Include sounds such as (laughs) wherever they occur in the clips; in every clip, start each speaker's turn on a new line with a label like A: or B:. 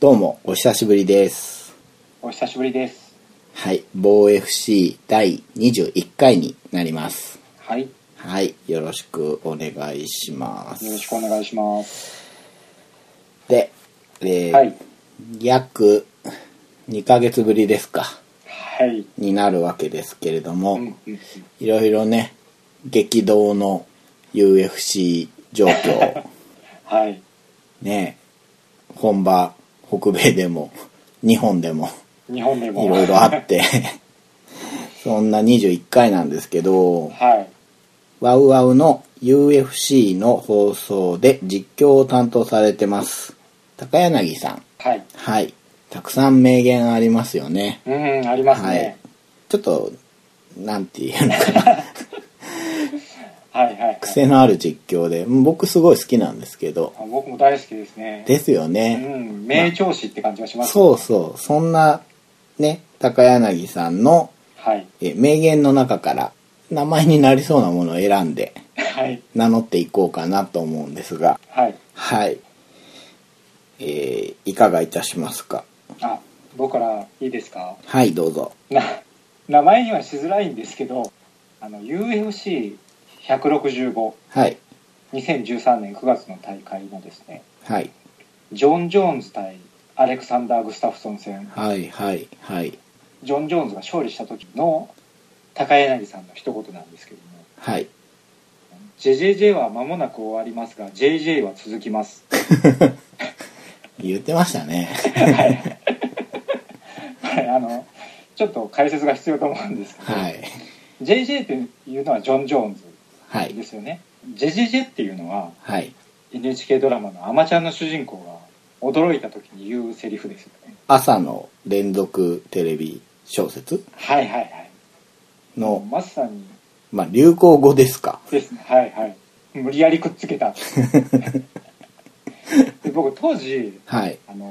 A: どうも、お久しぶりです。
B: お久しぶりです。
A: はい、防 FC 第21回になります。
B: はい。よ
A: はい、よろしくお願いします。
B: ろしくお願いします。
A: で、えー
B: はい。
A: 約2ヶ月ぶりですか、
B: はい。
A: になるわけですけれども、
B: うんうんうん
A: いろいろね、激動の UFC 状
B: (laughs)
A: 況、
B: はい。
A: ね、本場、北米でも、日本でも、
B: 日本でも。
A: いろいろあって、そんな21回なんですけど、
B: (laughs) はい。
A: ワウワウの UFC の放送で実況を担当されてます。高柳さん。
B: はい。
A: はい。たくさん名言ありますよね。
B: うん、あります
A: はい
B: ね。。
A: ちょっと、なんていうのかな。 (laughs)
B: はい、はい、はい。
A: 癖のある実況で、うん僕すごい好きなんですけど。
B: あ僕も大好きですね。
A: ですよ
B: う
A: ね。
B: ん、名調子って感じがします。
A: そうそう。そんな、ね、高柳さんの
B: はい。
A: え名言の中から名前になりそうなものを選んで
B: はい。
A: 名乗っていこうかなと思うんですが、
B: はい。
A: はい。えー、いかがいたしますか
B: あ、僕からいいですか
A: はい、どうぞ。
B: な、名前にはしづらいんですけど、あの、UFC165、
A: はい、
B: 2013年9月の大会のですね、
A: はい、
B: ジョン・ジョーンズ対アレクサンダー・グスタフソン戦。
A: はい、はい、はい、
B: ジョン・ジョーンズが勝利した時の高柳さんの一言なんですけども
A: はい。
B: 「JJJ は間もなく終わりますが JJ は続きます
A: 言ってました (laughs) ね。」
B: はいあのちょっと解説が必要と思うんですけど、
A: はい、
B: JJ っていうのはジョン・ジョーンズ
A: はい
B: で、すよね JJJ っていうのは
A: はい。
B: NHK ドラマの「アマちゃん」の主人公が驚いた時に言うセリフですよね
A: 朝の連続テレビ小説
B: はいはいはいもう
A: の、
B: まさに
A: まあ、流行語ですか。
B: ですねはいはい無理やりくっつ
A: (laughs)
B: けたで僕当時
A: はい、
B: あのー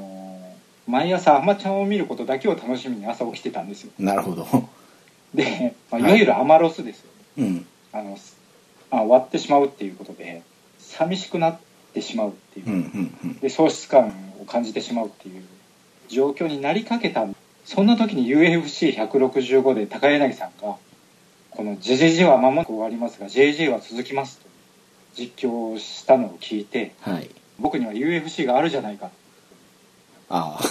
B: 毎朝アマちゃんを見ることだけを楽しみに朝起きてたんですよ
A: なるほど。 (laughs)
B: で、まあ、
A: はい
B: いわゆるアマロスです
A: う
B: よ、
A: ん、
B: あのすあ終わってしまうっていうことで寂しくなってしまうっていう、
A: うん、うん、うん。
B: で喪失感を感じてしまうっていう状況になりかけたそんな時に UFC165 で高柳さんがこの「JJJ は間もなく終わりますが JJ は続きます」と実況をしたのを聞いて
A: はい。
B: 僕には UFC があるじゃないか (laughs)
A: あ (laughs) あ。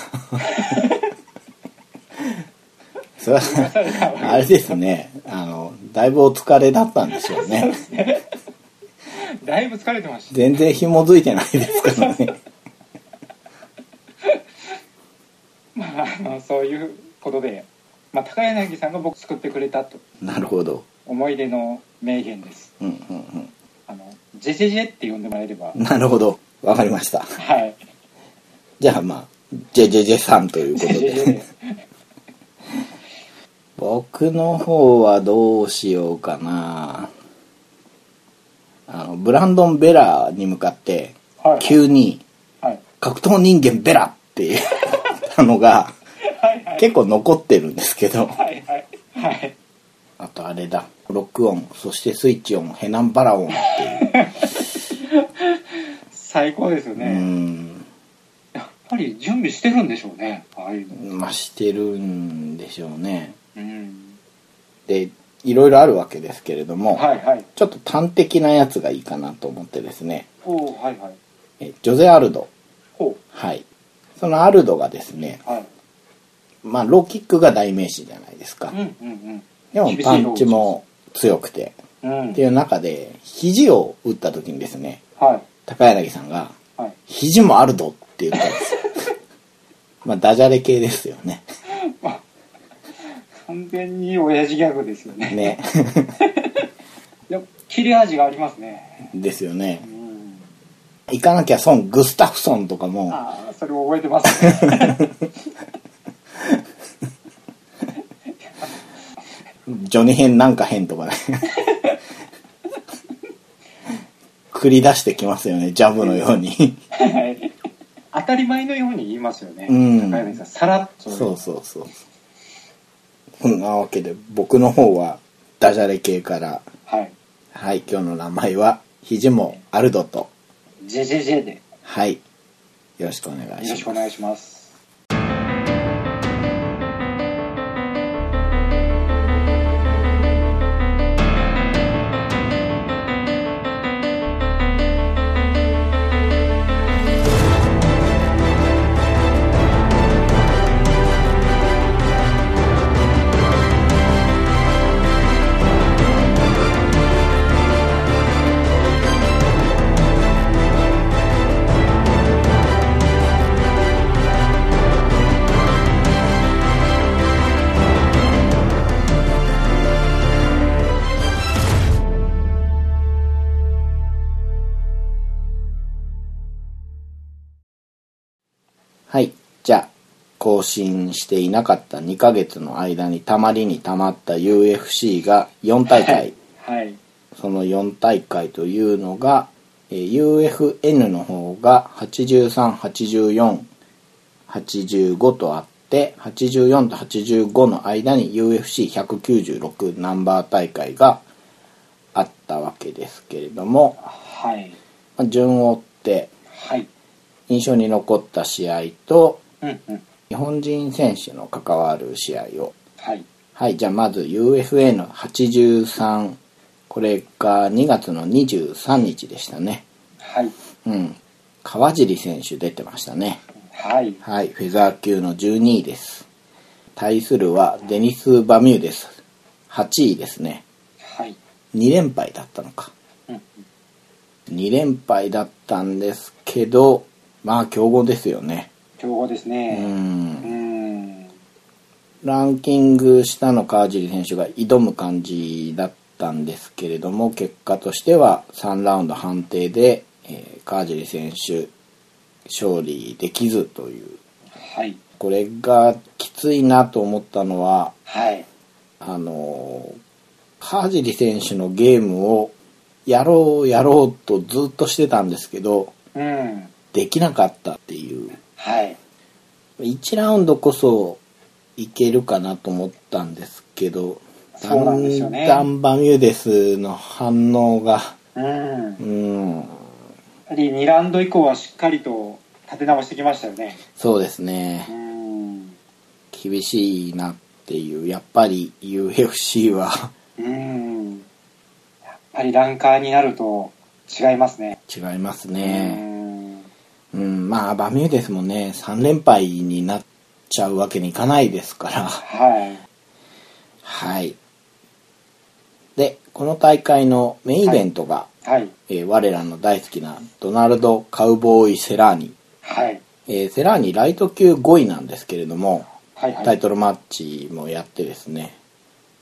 A: それは
B: とされたわけです
A: あれですね、あの、だいぶお疲れだったんでしょうね。
B: だいぶ疲れてました
A: 全然紐づいてないですからね。
B: (laughs) まあ、あのそういうことで、まあ、高柳さんが僕を救ってくれたと
A: (laughs) なるほど。
B: 思い出の名言です
A: うんうん
B: あのジェジェジェって呼んでもらえれば
A: うん。なるほど。わかりました。
B: はい
A: じゃあまあ、ジェジェジェさんという
B: ジ
A: こ
B: ェ
A: と
B: ジェジェ
A: で (laughs)
B: で。
A: 僕の方はどうしようかな。あの、ブランドン・ベラーに向かって、
B: はい
A: 急に、
B: はい
A: 格闘人間ベラって言ったのが、
B: はいはい
A: 結構残ってるんですけど。
B: はいはいはい
A: あとあれだ。ロックオン、そしてスイッチオン、ヘナンバラオンっていう。
B: 最高ですよ
A: う
B: ね、
A: ん。
B: やっぱり準備してるんでしょうねああいうの
A: まあ、してるんでしょうね。
B: うん
A: で、いろいろあるわけですけれども、
B: はいはい
A: ちょっと端的なやつがいいかなと思ってですね、
B: おおはいはい
A: えジョゼ・アルド。
B: ほ
A: はい。そのアルドがですね、
B: うはい
A: まあ、ローキックが代名詞じゃないですか
B: うん。うん
A: でも
B: 厳し、い
A: パンチも強くて。
B: うんうん
A: っていう中で、肘を打った時にですね、
B: はい
A: 高柳さんが、
B: はい
A: 肘もあるどって言ったんです
B: (laughs)
A: よ。まあ、ダジャレ系ですよね。
B: 完全に親父ギャグですよね (laughs)
A: ね。
B: いや切れ味がありますね
A: ですよ
B: う
A: ね。
B: ん
A: 行かなきゃ損、グスタフソンとかも、
B: ああそれも覚えてますね
A: ジョニ編なんか編とかね。繰り出してきますよね、ジャブのように。
B: (laughs) はい当たり前のように言いますよね、
A: うん
B: 高柳さんさらっと
A: そうそうそう。そんなわけで、僕の方は、ダジャレ系から、
B: はい
A: はい、今日の名前は、肘もアルドと、
B: 「ジェジェジェ」で
A: はい、よろしくお願いします
B: よろしくお願いします
A: はい。じゃあ、更新していなかった2ヶ月の間にたまりにたまった UFC が4大会。
B: はい
A: その4大会というのが、えー UFN の方が83、84、85とあって、84と85の間に UFC196 ナンバー大会があったわけですけれども、
B: はい
A: まあ順を追って
B: はい
A: 印象に残った試合と、
B: うんうん
A: 日本人選手の関わる試合を
B: はい
A: はい、じゃあまず UFA の83、これが2月の23日でしたね。
B: はい
A: うん。川尻選手出てましたね。
B: はい
A: はい、フェザー級の12位です。対するはデニス・バミューです。8位ですね。
B: はい
A: 2連敗だったのか。
B: うんうん
A: 2連敗だったんですけど、まあ強豪ですよね。
B: 強豪です
A: う
B: ね
A: ん
B: う。ん
A: ランキング下の川尻選手が挑む感じだったんですけれども結果としては3ラウンド判定で、えー川尻選手勝利できずという
B: はい
A: これがきついなと思ったのは
B: はい
A: あのー川尻選手のゲームをやろうやろうとずっとしてたんですけど
B: うん
A: できなかったっていう
B: はい
A: 1ラウンドこそいけるかなと思ったんですけど
B: そうなんですよね
A: だんだんバミューデスの反応が
B: うん
A: うん
B: やはり2ラウンド以降はしっかりと立て直してきましたよね。
A: そうです
B: う
A: ね
B: ん。
A: 厳しいなっていうやっぱり UFC は (laughs)
B: うん。やっぱりランカーになると違いますね。
A: 違います
B: う
A: ね
B: ん。
A: うんまあバミューデスもね3連敗になっちゃうわけにいかないですから
B: は
A: はいでこの大会のメインイベントが、
B: い。はい。
A: えー我らの大好きなドナルド・カウボーイ・セラーニ、
B: はい。
A: えーセラーニライト級5位なんですけれども
B: はい。は
A: タイ
B: い。
A: トルマッチもやってですね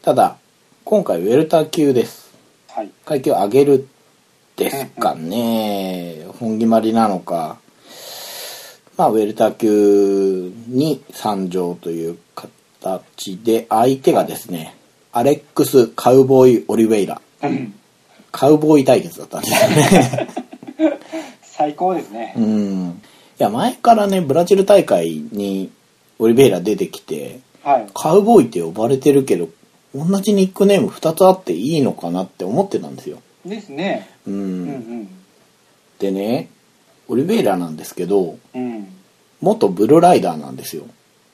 A: ただ今回ウェルター級です
B: はい。
A: 階級上げるですかね本決まりなのかまあウェルター級に参上という形で相手がですねアレックス・カウボーイ・オリベイラ
B: うん
A: カウボーイ対決だったんですよね
B: (laughs) 最高ですね
A: う。ん。いや、前からね、ブラジル大会にオリベイラ出てきて、
B: はい。
A: カウボーイって呼ばれてるけど、同じニックネーム2つあっていいのかなって思ってたんですよ。
B: ですね。
A: うん。
B: うんうん。
A: でね、オリベイラなんですけど、
B: うん。
A: 元ブルーライダーなんですよ。っ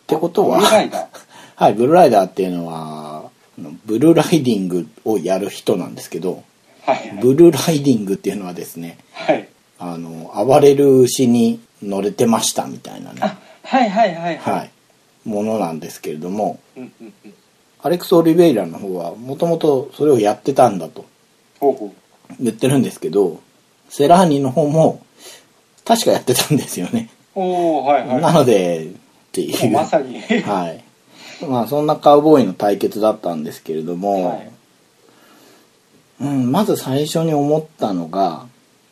A: てことは、
B: ブルーライダー
A: (laughs) はい、ブルーライダーっていうのは、あのブルーライディングをやる人なんですけど、
B: はい。
A: ブルーライディングっていうのはですね、
B: はい。
A: あの、暴れる牛に乗れてましたみたいなね。
B: あ、はいはいはい
A: はい、ものなんですけれども
B: い。うんうんうん。
A: アレックス・オリベイラの方はもともとそれをやってたんだと
B: ほうほ
A: 言ってるんですけどセラーニの方も確かやってたんですよね、
B: う。おー、はいはい。
A: なのでってい
B: もう
A: う
B: まさに。
A: はいまあそんなカウボーイの対決だったんですけれども、
B: はい
A: うん、まず最初に思ったのが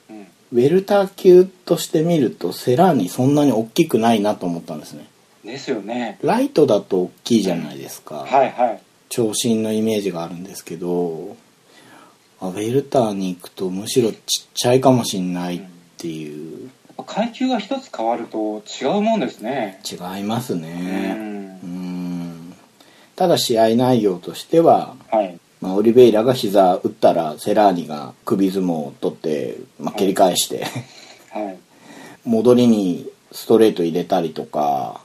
B: うん。
A: ウェルター級として見るとセラーニそんなに大きくないなと思ったんですね
B: ですよね。
A: ライトだと大きいじゃないですか、
B: はいはい。
A: 長身のイメージがあるんですけどあウェルターに行くとむしろちっちゃいかもしんないっていう
B: 階級が一つ変わると違うもんですね。
A: 違います
B: う。
A: ねうんんただ試合内容としては、
B: はい。
A: まあ、オリベイラが膝打ったらセラーニが首相撲を取って、まあ、蹴り返して (laughs)
B: はい。
A: 戻りにストレート入れたりとか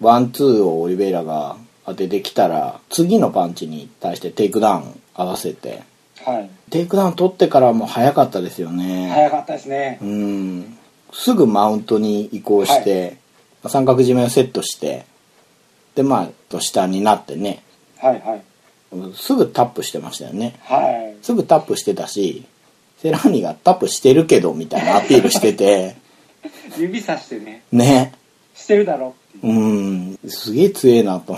A: ワンツーをオリベイラが当ててきたら次のパンチに対してテイクダウン合わせて
B: はい。
A: テイクダウン取ってからも早かったですよね。
B: 早かったですね。
A: うん。すぐマウントに移行して、三角締めをセットして、で、まあ、と下になってね、
B: はいはい。
A: すぐタップしてましたよね。
B: はい。
A: すぐタップしてたし、セラーニがタップしてるけど、みたいなアピールしてて、 (laughs)
B: 指さしてね、
A: ね。
B: してるだろって
A: うん。すげえ強えなと。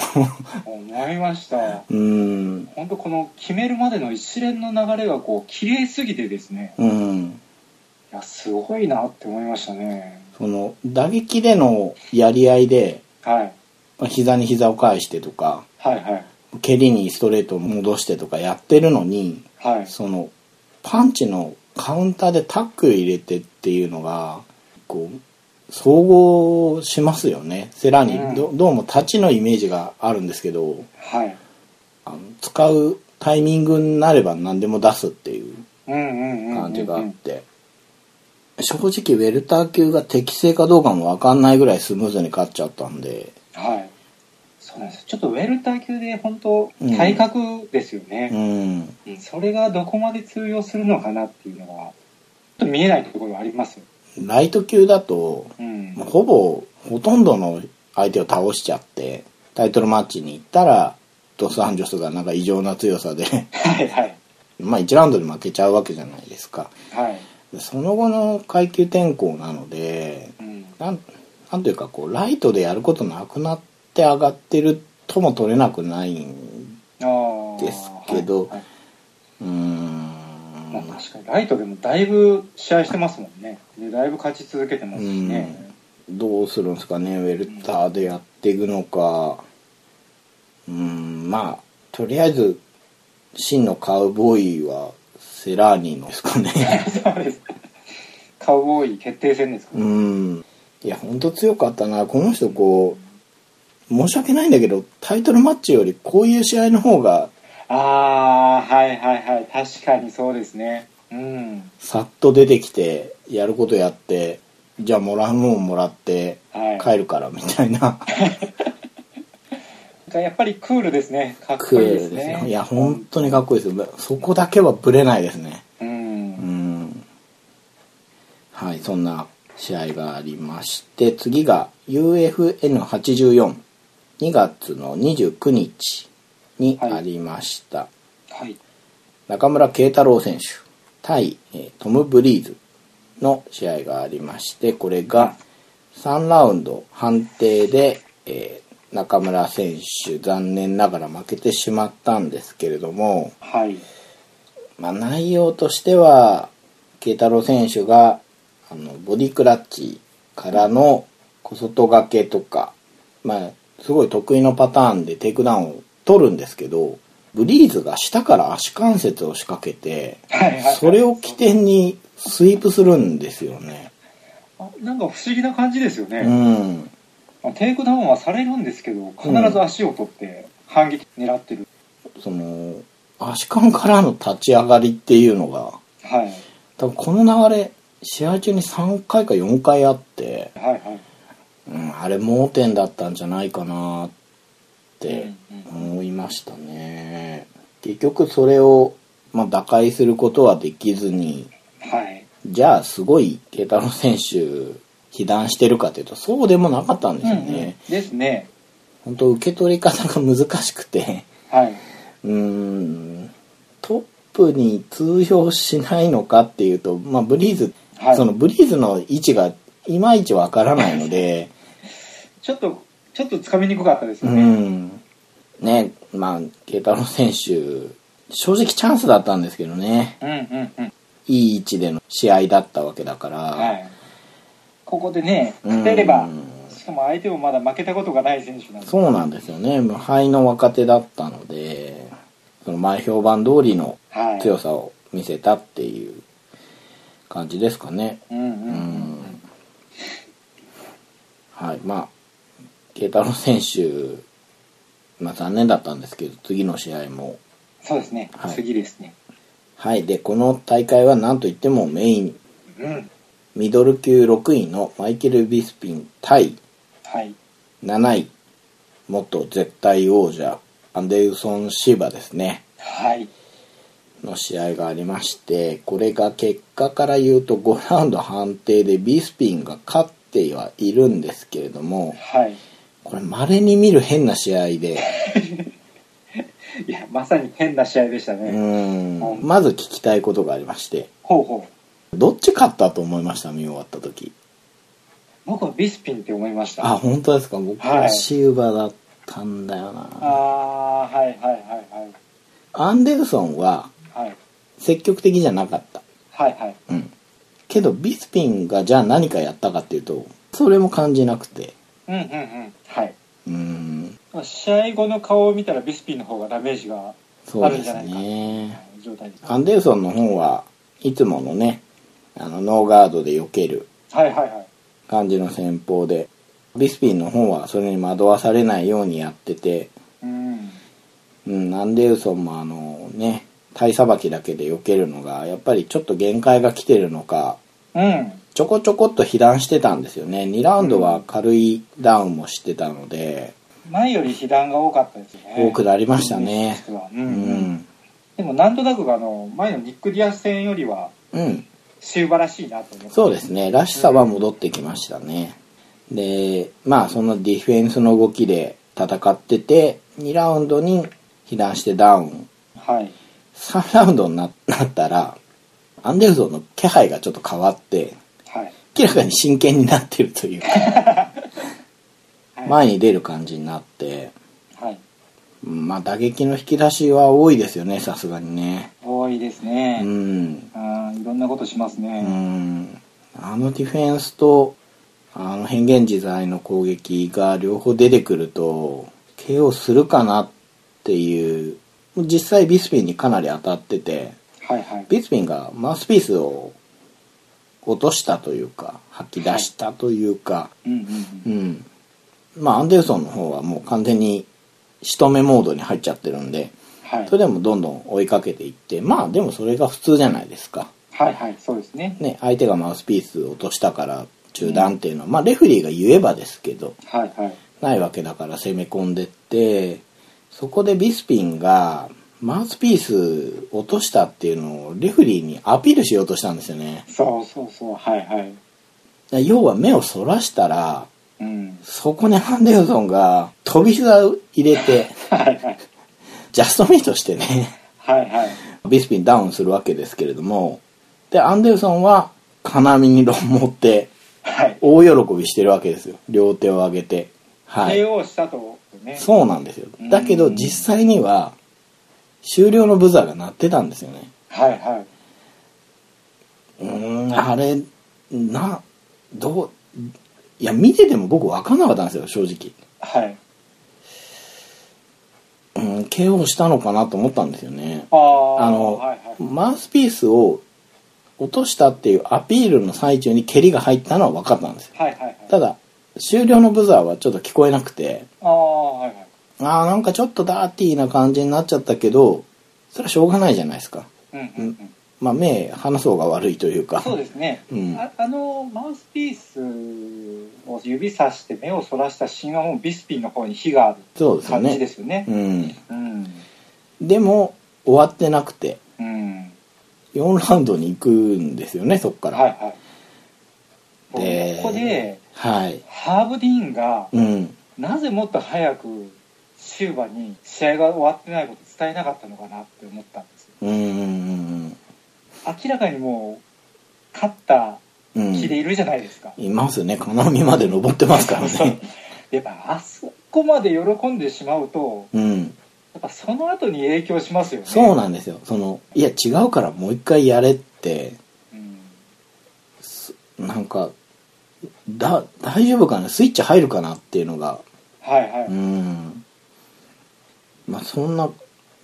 B: 思いました。
A: うん。 (laughs)
B: 本当この決めるまでの一連の流れがこう、綺麗すぎてですね、
A: うん。
B: いや、すごいなって思いましたね。
A: その打撃でのやり合いで、
B: はい
A: まあ膝に膝を返してとか
B: はいはい
A: 蹴りにストレートを戻してとかやってるのに
B: はい
A: そのパンチのカウンターでタックル入れてっていうのがこう総合しますよねセラーにど,、どうも立ちのイメージがあるんですけど
B: はい
A: あの使うタイミングになれば何でも出すっていう
B: うんうんうんうんうん
A: 感じがあって正直ウェルター級が適正かどうかも分かんないぐらいスムーズに勝っちゃったんで
B: はいそうなんですちょっとウェルター級で本当体格ですよ
A: う
B: ね、
A: ん
B: うんそれがどこまで通用するのかなっていうのがちょっと見えないところはありますよ、
A: ライト級だと
B: うん、
A: もうほぼほとんどの相手を倒しちゃってタイトルマッチに行ったらドス・アンジョスがなんか異常な強さで (laughs)
B: はいはい
A: まあ1ラウンドで負けちゃうわけじゃないですか
B: はい、
A: でその後の階級転向なので
B: うん、
A: なんなんというかこうライトでやることなくなって上がってるとも取れなくないん
B: あー
A: ですけど
B: はいはいう
A: ーん
B: まあ、確かにライトでもだいぶ試合してますもんねでだいぶ勝ち続けてますしね、
A: どうするんですかねウェルターでやっていくのかうんまあとりあえず真のカウボーイはセラーニのですかね
B: (laughs) そうですカウボーイ決定戦ですか
A: う
B: ら、
A: んいや本当強かったなこの人こう申し訳ないんだけどタイトルマッチよりこういう試合の方が
B: ああはいはいはい確かにそうですねうん
A: さっと出てきてやることやってじゃあもらうもんもらって
B: はい
A: 帰るからみたいな
B: やっぱりクールですねかっ
A: ク
B: こい
A: ー
B: いで
A: ル
B: す
A: で
B: ね
A: す (laughs) ねいや本当にかっこいいですそこだけはブレないですね
B: う
A: うんんはいそんな試合がありまして次が UFN842 月の29日にありました、
B: はい
A: 中村慶太郎選手対えートム・ブリーズの試合がありましてこれが3ラウンド判定で、えー中村選手残念ながら負けてしまったんですけれども、
B: はい
A: まあ、内容としては慶太郎選手があのボディクラッチからの小外掛けとか、まあ、すごい得意のパターンでテイクダウンを取るんですけどブリーズが下から足関節を仕掛けて
B: はいはい
A: それを起点にスイープするんですよね。
B: あなんか不思議な感じですよ
A: う
B: ね、
A: ん
B: まあテイクダウンはされるんですけど必ず足を取って反撃狙ってる、
A: その足関からの立ち上がりっていうのが
B: はい
A: 多分この流れ試合中に3回か4回あって。
B: はいはい
A: うん、あれ盲点だったんじゃないかなって
B: うん
A: 思いましたね結局それを、まあ、打開することはできずに
B: はい
A: じゃあすごい慶太郎選手被弾してるかというとそうでもなかったんですよ
B: うんうん
A: ね、
B: ですね
A: 本当受け取り方が難しくて (laughs)
B: はい、
A: うんトップに通用しないのかっていうと、まあ、ブリーズ、
B: はい、
A: そのブリーズの位置がいまいちわからないので
B: ちょっと、ちょっと掴みにくかったです
A: う
B: よね。
A: ん。ね、まあ、慶太郎選手、正直チャンスだったんですけどね。
B: うん、うん、うん。
A: いい位置での試合だったわけだから。
B: はい。ここでね、
A: うん
B: 勝てれば、しかも相手もまだ負けたことがない選手なんで。
A: そうなんですよね。無敗の若手だったので、その前評判通りの
B: はい。
A: 強さを見せたっていう感じですかね。
B: うん、うん
A: う
B: うん。
A: ん。はい、まあ、慶太郎選手、まあ残念だったんですけど、次の試合も
B: そうですね。
A: はい
B: 次ですね。
A: はい。で、この大会は何といってもメイン、
B: うん。
A: ミドル級6位のマイケル・ビスピン対
B: はい。
A: 7位、元絶対王者、アンデルソン・シーバですね、
B: はい。
A: の試合がありまして、これが結果から言うと5ラウンド判定でビスピンが勝ってはいるんですけれども、
B: はい。
A: これ稀に見る変な試合で、
B: いや、まさに変な試合でした
A: う
B: ね。
A: ーん、まず聞きたいことがありまして、
B: ほうほう。
A: どっち勝ったと思いました見終わった時。
B: 僕はビスピンって思いました。
A: あ、本当ですか。僕
B: は
A: はいシウバだったんだよ
B: あ
A: な。
B: あー、はい、はい、はい、
A: アンデルソンは
B: はい。はい。
A: 積極的じゃなかった。
B: はい、はい。
A: うん。けどビスピンがじゃあ何かやったかっていうとそれも感じなくて
B: うんうんうん。はい。
A: うーん
B: 試合後の顔を見たらビスピンの方がダメージが
A: そうで
B: あるんじ
A: す
B: ゃないか
A: ね
B: 状態です。
A: アンデルソンの方はいつものねあのノーガードで避ける
B: はいはいはい。
A: 感じの戦法でビスピンの方はそれに惑わされないようにやってて、
B: うん。
A: うん、アンデルソンもあのね体さばきだけで避けるのがやっぱりちょっと限界が来てるのか
B: うん。
A: ちょこちょこっと被弾してたんですよね2ラウンドは軽いダウンもしてたので
B: 前より被弾が多かったですね。
A: 多くなりましたね
B: 実はう
A: うん
B: うん、
A: ん
B: でもなんとなくあの前のニック・ディアス戦よりは
A: うん
B: 終盤らしいなと思って
A: そうですねらしさは戻ってきましたねでまあそのディフェンスの動きで戦ってて2ラウンドに被弾してダウン
B: はい
A: 3ラウンドにななったらアンデルソンの気配がちょっと変わって
B: はい、
A: 明らかに真剣になってるというか
B: はい、
A: 前に出る感じになって
B: はい
A: うんまあ打撃の引き出しは多いですよねさすがにね
B: 多いです
A: う
B: ね、
A: ん
B: あーいろんなことします
A: う
B: ね、
A: んあのディフェンスとあの変幻自在の攻撃が両方出てくると KO するかなっていう実際ビスピンにかなり当たってて
B: はいはい
A: ビスピンがマウスピースを落としたというか吐き出したというか、
B: うんうんうん
A: うんまあアンデルソンの方はもう完全に仕留めモードに入っちゃってるんで
B: はい
A: それでもどんどん追いかけていってまあでもそれが普通じゃないですか、
B: はいはいそうですね
A: ね、相手がマウスピースを落としたから中断っていうのは、まあレフェリーが言えばですけど
B: はいはい
A: ないわけだから攻め込んでってそこでビスピンがマウスピース落としたっていうのをレフェリーにアピールしようとしたんですよね
B: そうそうそうはいはい
A: だから要は目をそらしたら
B: うん
A: そこにハンデルソンが飛び膝を入れて
B: はいはい
A: ジャストミートしてね
B: はいはい
A: ビスピンダウンするわけですけれどもでアンデルソンは金網に論持って
B: はい
A: 大喜びしてるわけですよ両手を上げてはい
B: KO、したとね
A: そうなんですよだけど
B: うん
A: 実際には終了のブザーが鳴ってたんですよね
B: はいは
A: うーんあれなどういや見てても僕分かんなかったんですよ正直
B: いはい
A: うん KO したのかなと思ったんですよね
B: ああ
A: あの、
B: はいはい
A: マウスピースを落としたっていうアピールの最中に蹴りが入ったのは分かったんですよ
B: はいはいはい
A: ただ終了のブザーはちょっと聞こえなくて
B: ああはいはい
A: ああなんかちょっとダーティーな感じになっちゃったけどそれはしょうがないじゃないですか
B: うんうんうん
A: まあ目離そうが悪いというか
B: そうですね、
A: うん
B: ああのマウスピースを指さして目をそらしたシーンはもうビスピンの方に火がある
A: そうですよ
B: 感じで
A: ね
B: すよね
A: うん
B: うん
A: でも終わってなくて
B: うん、
A: 4ラウンドに行くんですよねそっか
B: はい
A: ら
B: はい
A: で
B: ここで
A: はい
B: ハーブ・ディーンが
A: うん
B: なぜもっと早くシューバに試合が終わってないこと伝えなかったのかなって思ったんですよ
A: うんうん
B: 明らかにもう勝った
A: うんうん
B: 気でいるじゃないですか、
A: いますね金網まで登ってますから
B: そう
A: ね
B: (laughs) やっぱあそこまで喜んでしまうと
A: うん
B: やっぱその後に影響しますよね
A: そうなんですよそのいや違うからもう一回やれって
B: うん
A: なんかだ大丈夫かなスイッチ入るかなっていうのが、
B: はいはいう
A: んまあそんな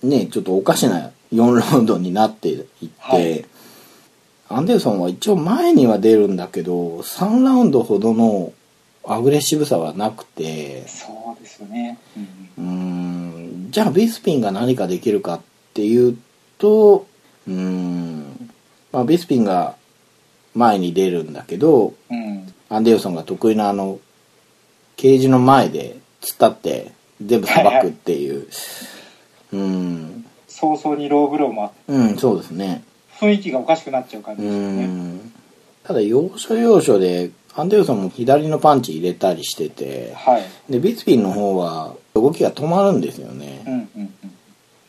A: ねちょっとおかしな4ラウンドになっていって、
B: はい
A: アンデルソンは一応前には出るんだけど3ラウンドほどのアグレッシブさはなくて
B: そうですよね、うん
A: うんじゃあビスピンが何かできるかっていうとうん、まあ、ビスピンが前に出るんだけど
B: うん、
A: アンデルソンが得意なあのケージの前で突っ立って全部さばくっていう、うん
B: 早々にローブローもあって
A: うんそうですね
B: 雰囲気がおかしくなっちゃう感
A: う
B: じですよね
A: んただ要所要所でアンデルソンも左のパンチ入れたりしてて
B: はい
A: でビスピンの方は動きが止まるんですよね
B: うんうんうん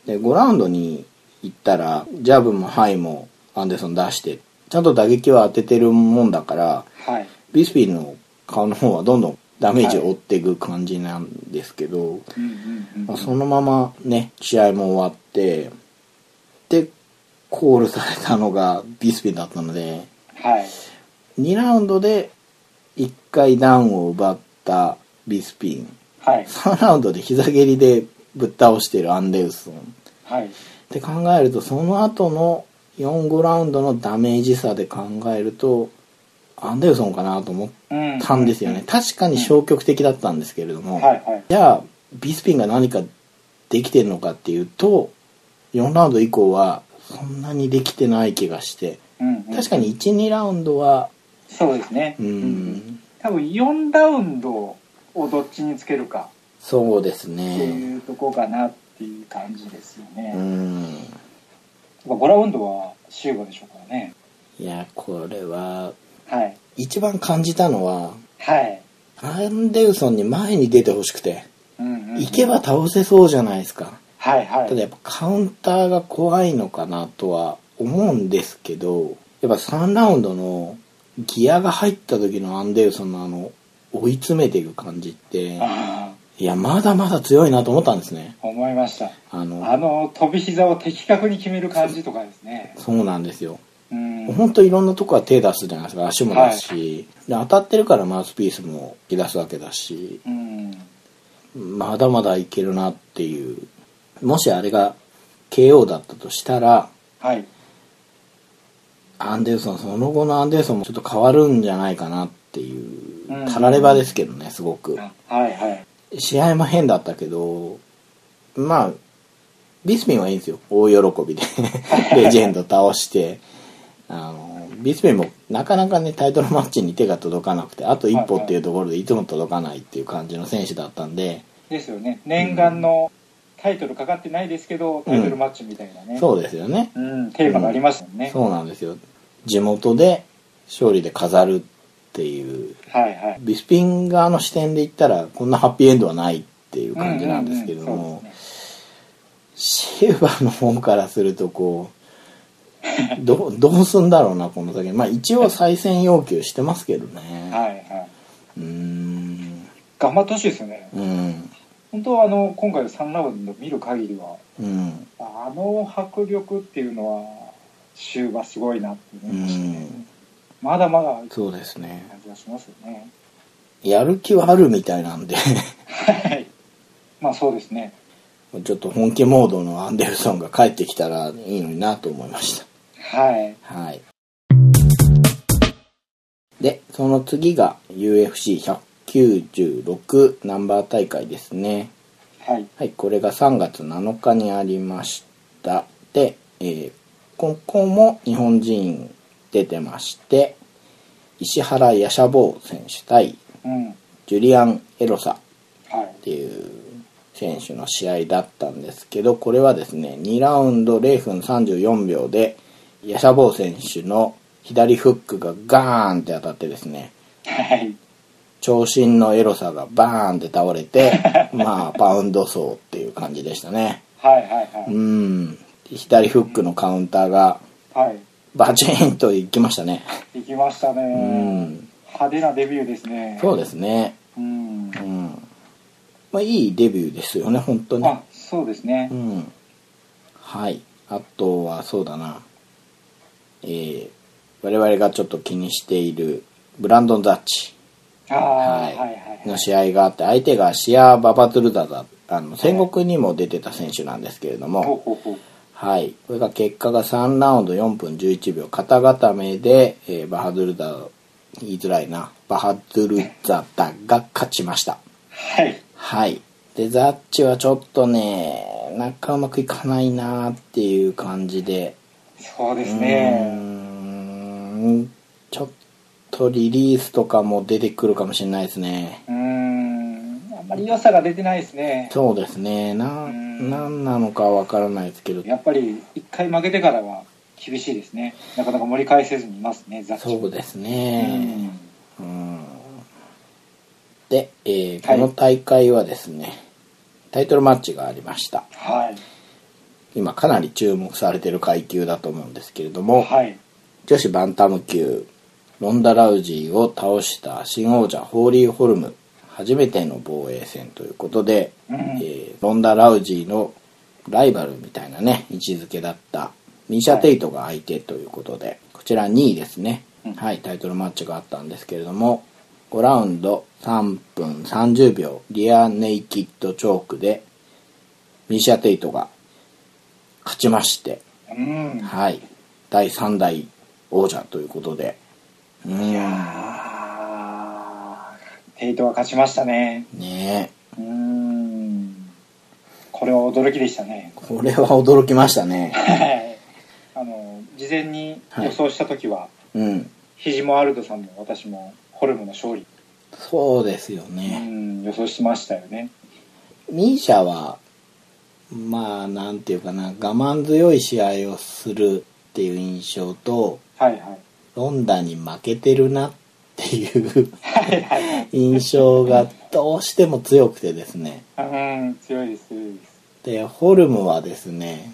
A: で5ラウンドに行ったらジャブもハイもアンデルソン出してちゃんと打撃は当ててるもんだから
B: はい
A: ビスピンの顔の方はどんどんダメージを負っていく感じなんですけど、
B: うんうんう
A: まあ
B: ん
A: そのままね試合も終わってでコールされたのがビスピンだったので
B: はい
A: 2ラウンドで1回ダウンを奪ったビスピン
B: はい
A: 3ラウンドで膝蹴りでぶっ倒してるアンデウソンっ
B: はい
A: て考えるとその後の45ラウンドのダメージ差で考えるとアンデウソンかなと思っ
B: うん
A: たんですよね確かに消極的だったんですけれども、
B: はいはい
A: じゃあビスピンが何かできてるのかっていうと4ラウンド以降はそんなにできてない気がして
B: うんうん
A: 確かに12ラウンドは
B: そうですね
A: うん、
B: 多分4ラウンドをどっちにつけるか
A: そうです
B: って
A: ね
B: いうとこかなっていう感じですよ
A: う
B: ね、
A: ん
B: まあ5ラウンドはシューバでしょうからね
A: いやこれは
B: はい
A: 一番感じたのは
B: はい、
A: アンデウソンに前に出てほしくて
B: うんうんうん
A: 行けば倒せそうじゃないですか
B: はいはい
A: ただやっぱカウンターが怖いのかなとは思うんですけどやっぱ3ラウンドのギアが入った時のアンデルソンのあの追い詰めていく感じって
B: あ
A: いやまだまだ強いなと思ったんですね
B: あ思いました
A: あの
B: あの飛び膝を的確に決める感じとかですね
A: そうなんですよ
B: うん
A: 本当いろんなとこは手出すじゃないですか足も出すし、で当たってるからマウスピースも引き出すわけだし
B: うん
A: まだまだいけるなっていうもしあれが KO だったとしたら
B: はい
A: アンデルソンその後のアンデルソンもちょっと変わるんじゃないかなっていう
B: うん
A: たらればですけどねすごく
B: あはいはい
A: 試合も変だったけどまあビスピンはいいんですよ大喜
B: (laughs)
A: びでレジェンド倒してあのビスピンもなかなかねタイトルマッチに手が届かなくてあと一歩っていうところでいつも届かないっていう感じの選手だったんで
B: ですよね念願のタイトルかかってないですけどタイトルマッチみたいなね、
A: そうですよね
B: うん、テーマがありましたもんね、
A: そうなんですよ地元で勝利で飾るっていう
B: はいはい
A: ビスピン側の視点で言ったらこんなハッピーエンドはないっていう感じなんですけども、
B: うんうんうんそうですね
A: シェーバーの方からするとこう (laughs) どうどうすんだろうなこの先まあ一応再戦要求してますけどね、
B: はいはい
A: い、うーん
B: 頑張ってほしいですよね
A: うん
B: 本当はあの今回の3ラウンド見る限りは
A: うん
B: あの迫力っていうのは終盤すごいなって
A: う
B: 思いましたね、
A: ん
B: まだまだ感
A: そうですね
B: じがしますよね
A: やる気はあるみたいなんで (laughs)
B: はいまあそうですね
A: ちょっと本気モードのアンデルソンが帰ってきたらいいのになと思いました
B: はい
A: はい。で、その次が UFC196 ナンバー大会ですね。
B: はい
A: はい、これが3月7日にありました。で、えーここも日本人出てまして、石原ヤシャボー選手対
B: うん
A: ジュリアン・エロサ
B: はい
A: っていう選手の試合だったんですけどこれはですね2ラウンド0分34秒でヤシャボー選手の左フックがガーンって当たってですね
B: はい
A: 長身のエロさがバーンって倒れ (laughs) てまあパウンド走っていう感じでしたね
B: はいはいは
A: う
B: い
A: ん左フックのカウンターが
B: はい
A: バチーンといきましたね
B: 行きましたね、
A: うん
B: 派手なデビューですね
A: そうですね
B: うん
A: うんまあいいデビューですよね本当に
B: あそうですね
A: う、ん。はい。あとは、そうだな。えー我々がちょっと気にしている、ブランドン・ザッチ
B: ああ、
A: は
B: はいい、はいはい
A: の試合があって、相手がシアー・ババトルダだ、あの、戦国にも出てた選手なんですけれど
B: ほう
A: も、
B: ほうほう
A: はい。これが結果が3ラウンド4分11秒、肩固めで、えーバハドゥルダ、言いづらいな、バハドゥルザダが勝ちました。
B: はい
A: はい。で、ザッチはちょっとね、なんかうまくいかないなっていう感じで、
B: そうです
A: うー
B: ね
A: ん、ちょっとリリースとかも出てくるかもしれないですね。
B: うんあんまり良さが出てないですね
A: そうですね。な、
B: うん
A: なんなのかわからないですけど、
B: やっぱり一回負けてからは厳しいですね。なかなか盛り返せずにいますね、ザッチ。
A: そうです
B: う
A: ね。
B: ん
A: うん。で、えー
B: は
A: こ
B: い
A: の大会はですね、タイトルマッチがありました。
B: はい。
A: 今かなり注目されてる階級だと思うんですけれども、
B: はい。
A: 女子バンタム級ロンダ・ラウジーを倒した新王者ホーリー・ホルム初めての防衛戦ということで、
B: うん
A: えーロンダ・ラウジーのライバルみたいなね位置づけだったミーシャ・テイトが相手ということでこちら2位ですね
B: うん
A: はい、タイトルマッチがあったんですけれども、5ラウンド3分30秒、リアネイキッドチョークで、ミシャ・テイトが勝ちまして、
B: うん。
A: はい、第3代王者ということで、うん、
B: あーテイトが勝ちましたね。
A: ねえ、
B: うーん。これは驚きでしたね。
A: これは驚きましたね。
B: はいあの、事前に予想した時は、
A: うん、
B: ヒジモアルドさんも私もホルムの勝利、
A: そうですよ
B: う
A: ね。
B: ん、予想してましたよね。
A: ミーシャは、まあ、なんていうかな、我慢強い試合をするっていう印象と、
B: はいはい。
A: ロンダに負けてるなっていう
B: はいはい
A: 印象がどうしても強くてですね。
B: はい。うん、強いです、強いです。
A: で、ホルムはですね、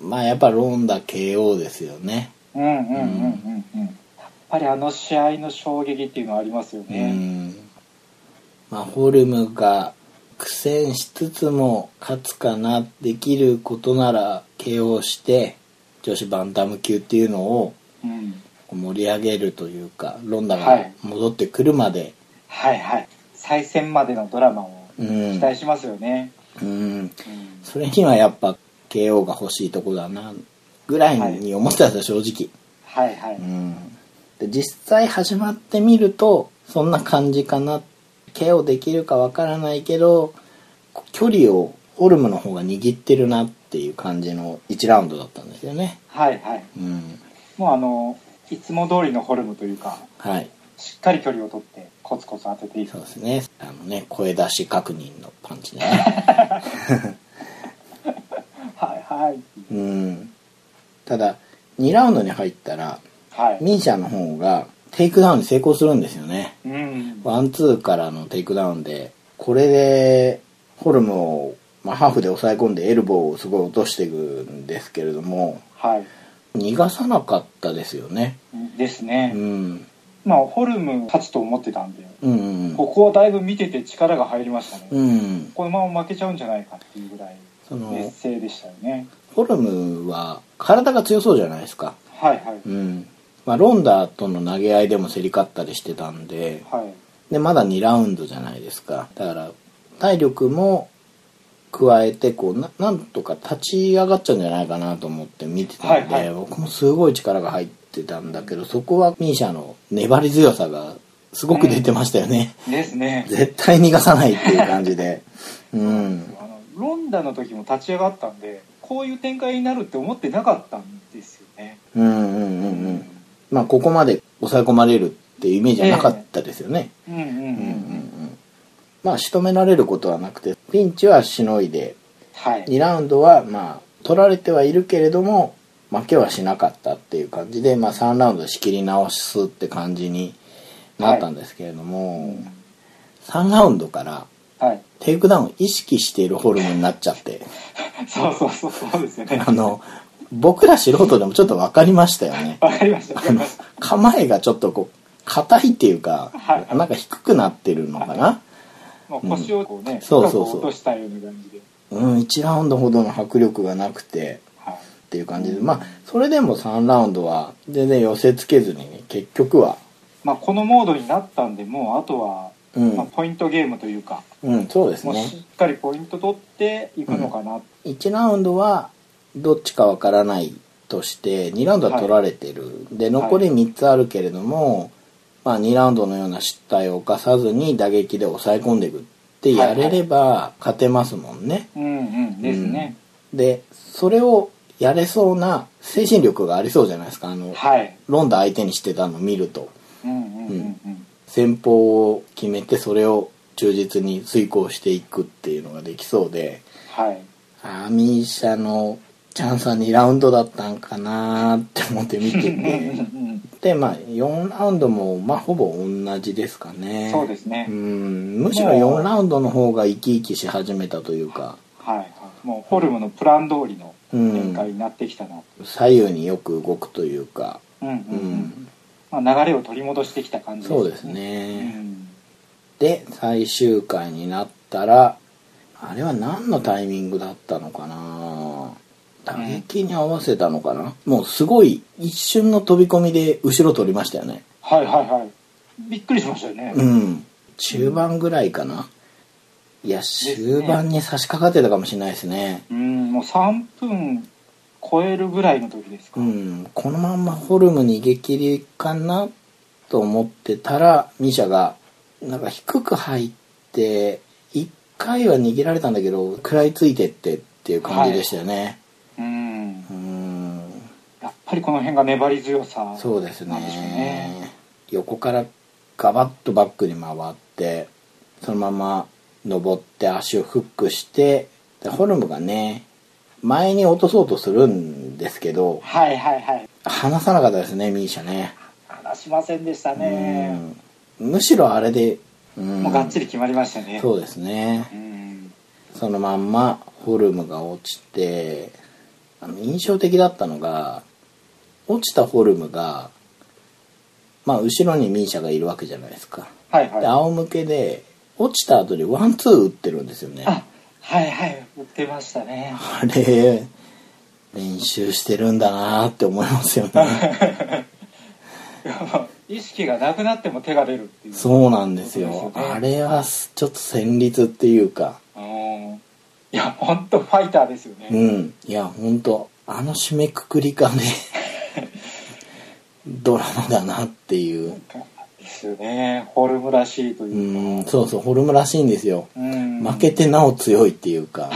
A: まあやっぱロンダ KO ですよね。
B: うんうんうんうんうん。やっぱりあの試合の衝撃っていうのはありますよ
A: う
B: ね。
A: ん。まあホルムが苦戦しつつも勝つかな、できることなら KO して、女子バンタム級っていうのを
B: うん。
A: 盛り上げるというか、ロンダ
B: は
A: が
B: い
A: 戻ってくるまで、
B: はいはい。再戦までのドラマを
A: うん
B: 期待しますよね。
A: うん。
B: うん
A: それにはやっぱ KO が欲しいとこだなぐらいに思ってたんですよ正
B: はいはい。
A: 直、うん、で実際始まってみるとそんな感じかな KO できるかわからないけど距離をホルムの方が握ってるなっていう感じの1ラウンドだったんですよね
B: はいはい。
A: うん
B: もうあの、いつも通りのフォルムというか、
A: はい
B: しっかり距離を取って、コツコツ当ててい
A: そ
B: く
A: う。ですねあのね声出し確認のパンチでね
B: はいはい。
A: うんただ2ラウンドに入ったら
B: はい。
A: ミーシャの方がテイクダウンに成功するんですよね
B: うん。
A: ワンツーからのテイクダウンで、これで、ホルムを、まあ、ハーフで抑え込んでエルボーをすごい落としていくんですけれども、
B: はい。
A: 逃がさなかったですよね。
B: です
A: う
B: ね。
A: ん。
B: まあ、ホルム勝つと思ってたんで、
A: うんうん
B: ここをだいぶ見てて力が入りましたね。
A: うん。うん。
B: このまま負けちゃうんじゃないかっていうぐらい、
A: その、
B: 劣勢でしたよね。
A: ホルムは体が強そうじゃないですか。
B: はいはい。
A: うん。まあ、ロンダとの投げ合いでも競り勝ったりしてたんで、
B: はい。
A: で、まだ2ラウンドじゃないですか。だから、体力も加えて、こうな、なんとか立ち上がっちゃうんじゃないかなと思って見てたんで、
B: はいはい
A: 僕もすごい力が入ってたんだけど、そこはミーシャの粘り強さがすごく出てましたよね。。
B: ですね
A: 絶対逃がさないっていう感じ
B: (laughs)
A: で。うん。
B: あのロンダの時も立ち上がったんでこういう展開になるって思ってなかったんですよね、
A: うんうんうんうん。まあ、ここまで抑え込まれるっていうイメージはなかったですよね。
B: うんうんうん、
A: うんうんうん。まあ、仕留められることはなくて、ピンチはしのいで、
B: はい
A: 2ラウンドは、まあ、取られてはいるけれども、負けはしなかったっていう感じで、まあ、3ラウンド仕切り直すって感じになったんですけれども、3ラウンドから
B: はい
A: テイクダウンを意識しているホルムになっちゃって、
B: そうそうそうそうですよね
A: あの、僕ら素人でもちょっと分かりましたよね。
B: わかりましたわかりました
A: 構えがちょっとこう、硬いっていうか、
B: はい
A: なんか低くなってるのかな。
B: もう腰をこうね、
A: そうそうそう
B: 深く落としたような感じで、
A: うん、1ラウンドほどの迫力がなくて、
B: はい、
A: っていう感じで、まあそれでも3ラウンドは全然寄せつけずにね結局は
B: まあこのモードになったんでもうあとは、
A: うん、
B: まあ、ポイントゲームというか
A: うん、そうです
B: もう
A: ね
B: しっかりポイント取っていくのかな、
A: 1ラウンドはどっちかわからないとして2ラウンドは取られてる、で残り3つあるけれども、まあ、2ラウンドのような失態を犯さずに打撃で抑え込んでいくってやれれば勝てますもんね、
B: うんうんですね、
A: でそれをやれそうな精神力がありそうじゃないですかあの、
B: はい
A: ロンダ相手にしてたのを見ると。
B: うんうんうんうん、
A: 戦法を決めてそれを忠実に遂行していくっていうのができそうで
B: はい
A: アーミーシャのチャンスは2ラウンドだったんかなーって思って見て
B: うんうん (laughs)
A: てでまあ4ラウンドもまあほぼ同じですか
B: うん
A: ね
B: そうですね、
A: うんむしろ4ラウンドの方が生き生きし始めたというか、
B: はいはい、もうフォルムのプラン通りの
A: う
B: 展
A: ん、
B: 開になってきたな、
A: 左右によく動くというか、
B: うんうんう
A: うんん、
B: まあ、流れを取り戻してきた感じ
A: そうです
B: う
A: ね、
B: ん、
A: で最終回になったらあれは何のタイミングだったのかな打撃に合わせたのかな、もうすごい一瞬の飛び込みで後ろ取りましたよね
B: はいはいはい。びっくりしましたよね。
A: うん中盤ぐらいかな、いや終盤に差し掛かってたかもしれないですね
B: うん、もう3分超えるぐらいの時ですか。
A: うんこのまんまホルム逃げ切りかなと思ってたらミシャがなんか低く入って1回は逃げられたんだけど食らいついてってっていう感じでしたよね、
B: うん
A: う。ん
B: やっぱりこの辺が粘り強さ。
A: そうですね
B: なんでしょうね
A: 横からガバッとバックに回ってそのまま登って足をフックしてでホルムがね前に落とそうとするんですけど
B: はいはいはい。
A: 離さなかったですねミーシャね
B: 話しませんでしたね。
A: うんむしろあれで、うん
B: もうがっちり決まりましたね。
A: そうですね
B: うん。
A: そのまんまフォルムが落ちてあの印象的だったのが落ちたフォルムがまあ後ろにミーシャがいるわけじゃないですか
B: はいはい
A: で。仰向けで落ちた後にワンツー打ってるんですよね
B: あ、はいはい。売ってまし
A: (laughs)
B: たね。
A: あれ練習してるんだなって思いますよ
B: (laughs)
A: ね
B: 意識がなくなっても手が出るっていう。
A: そうなんです
B: そう
A: よ
B: ですよね
A: あれはちょっと戦慄っていうか
B: うん。いや、ほんとファイターですよね。
A: うんいや本当あの締めくくりがね (laughs) ドラマだなっていう
B: ですよね。ホルムらしいと
A: う
B: いうんか。
A: そうそうホルムらしいんですよ
B: うん。
A: 負けてなお強いっていうか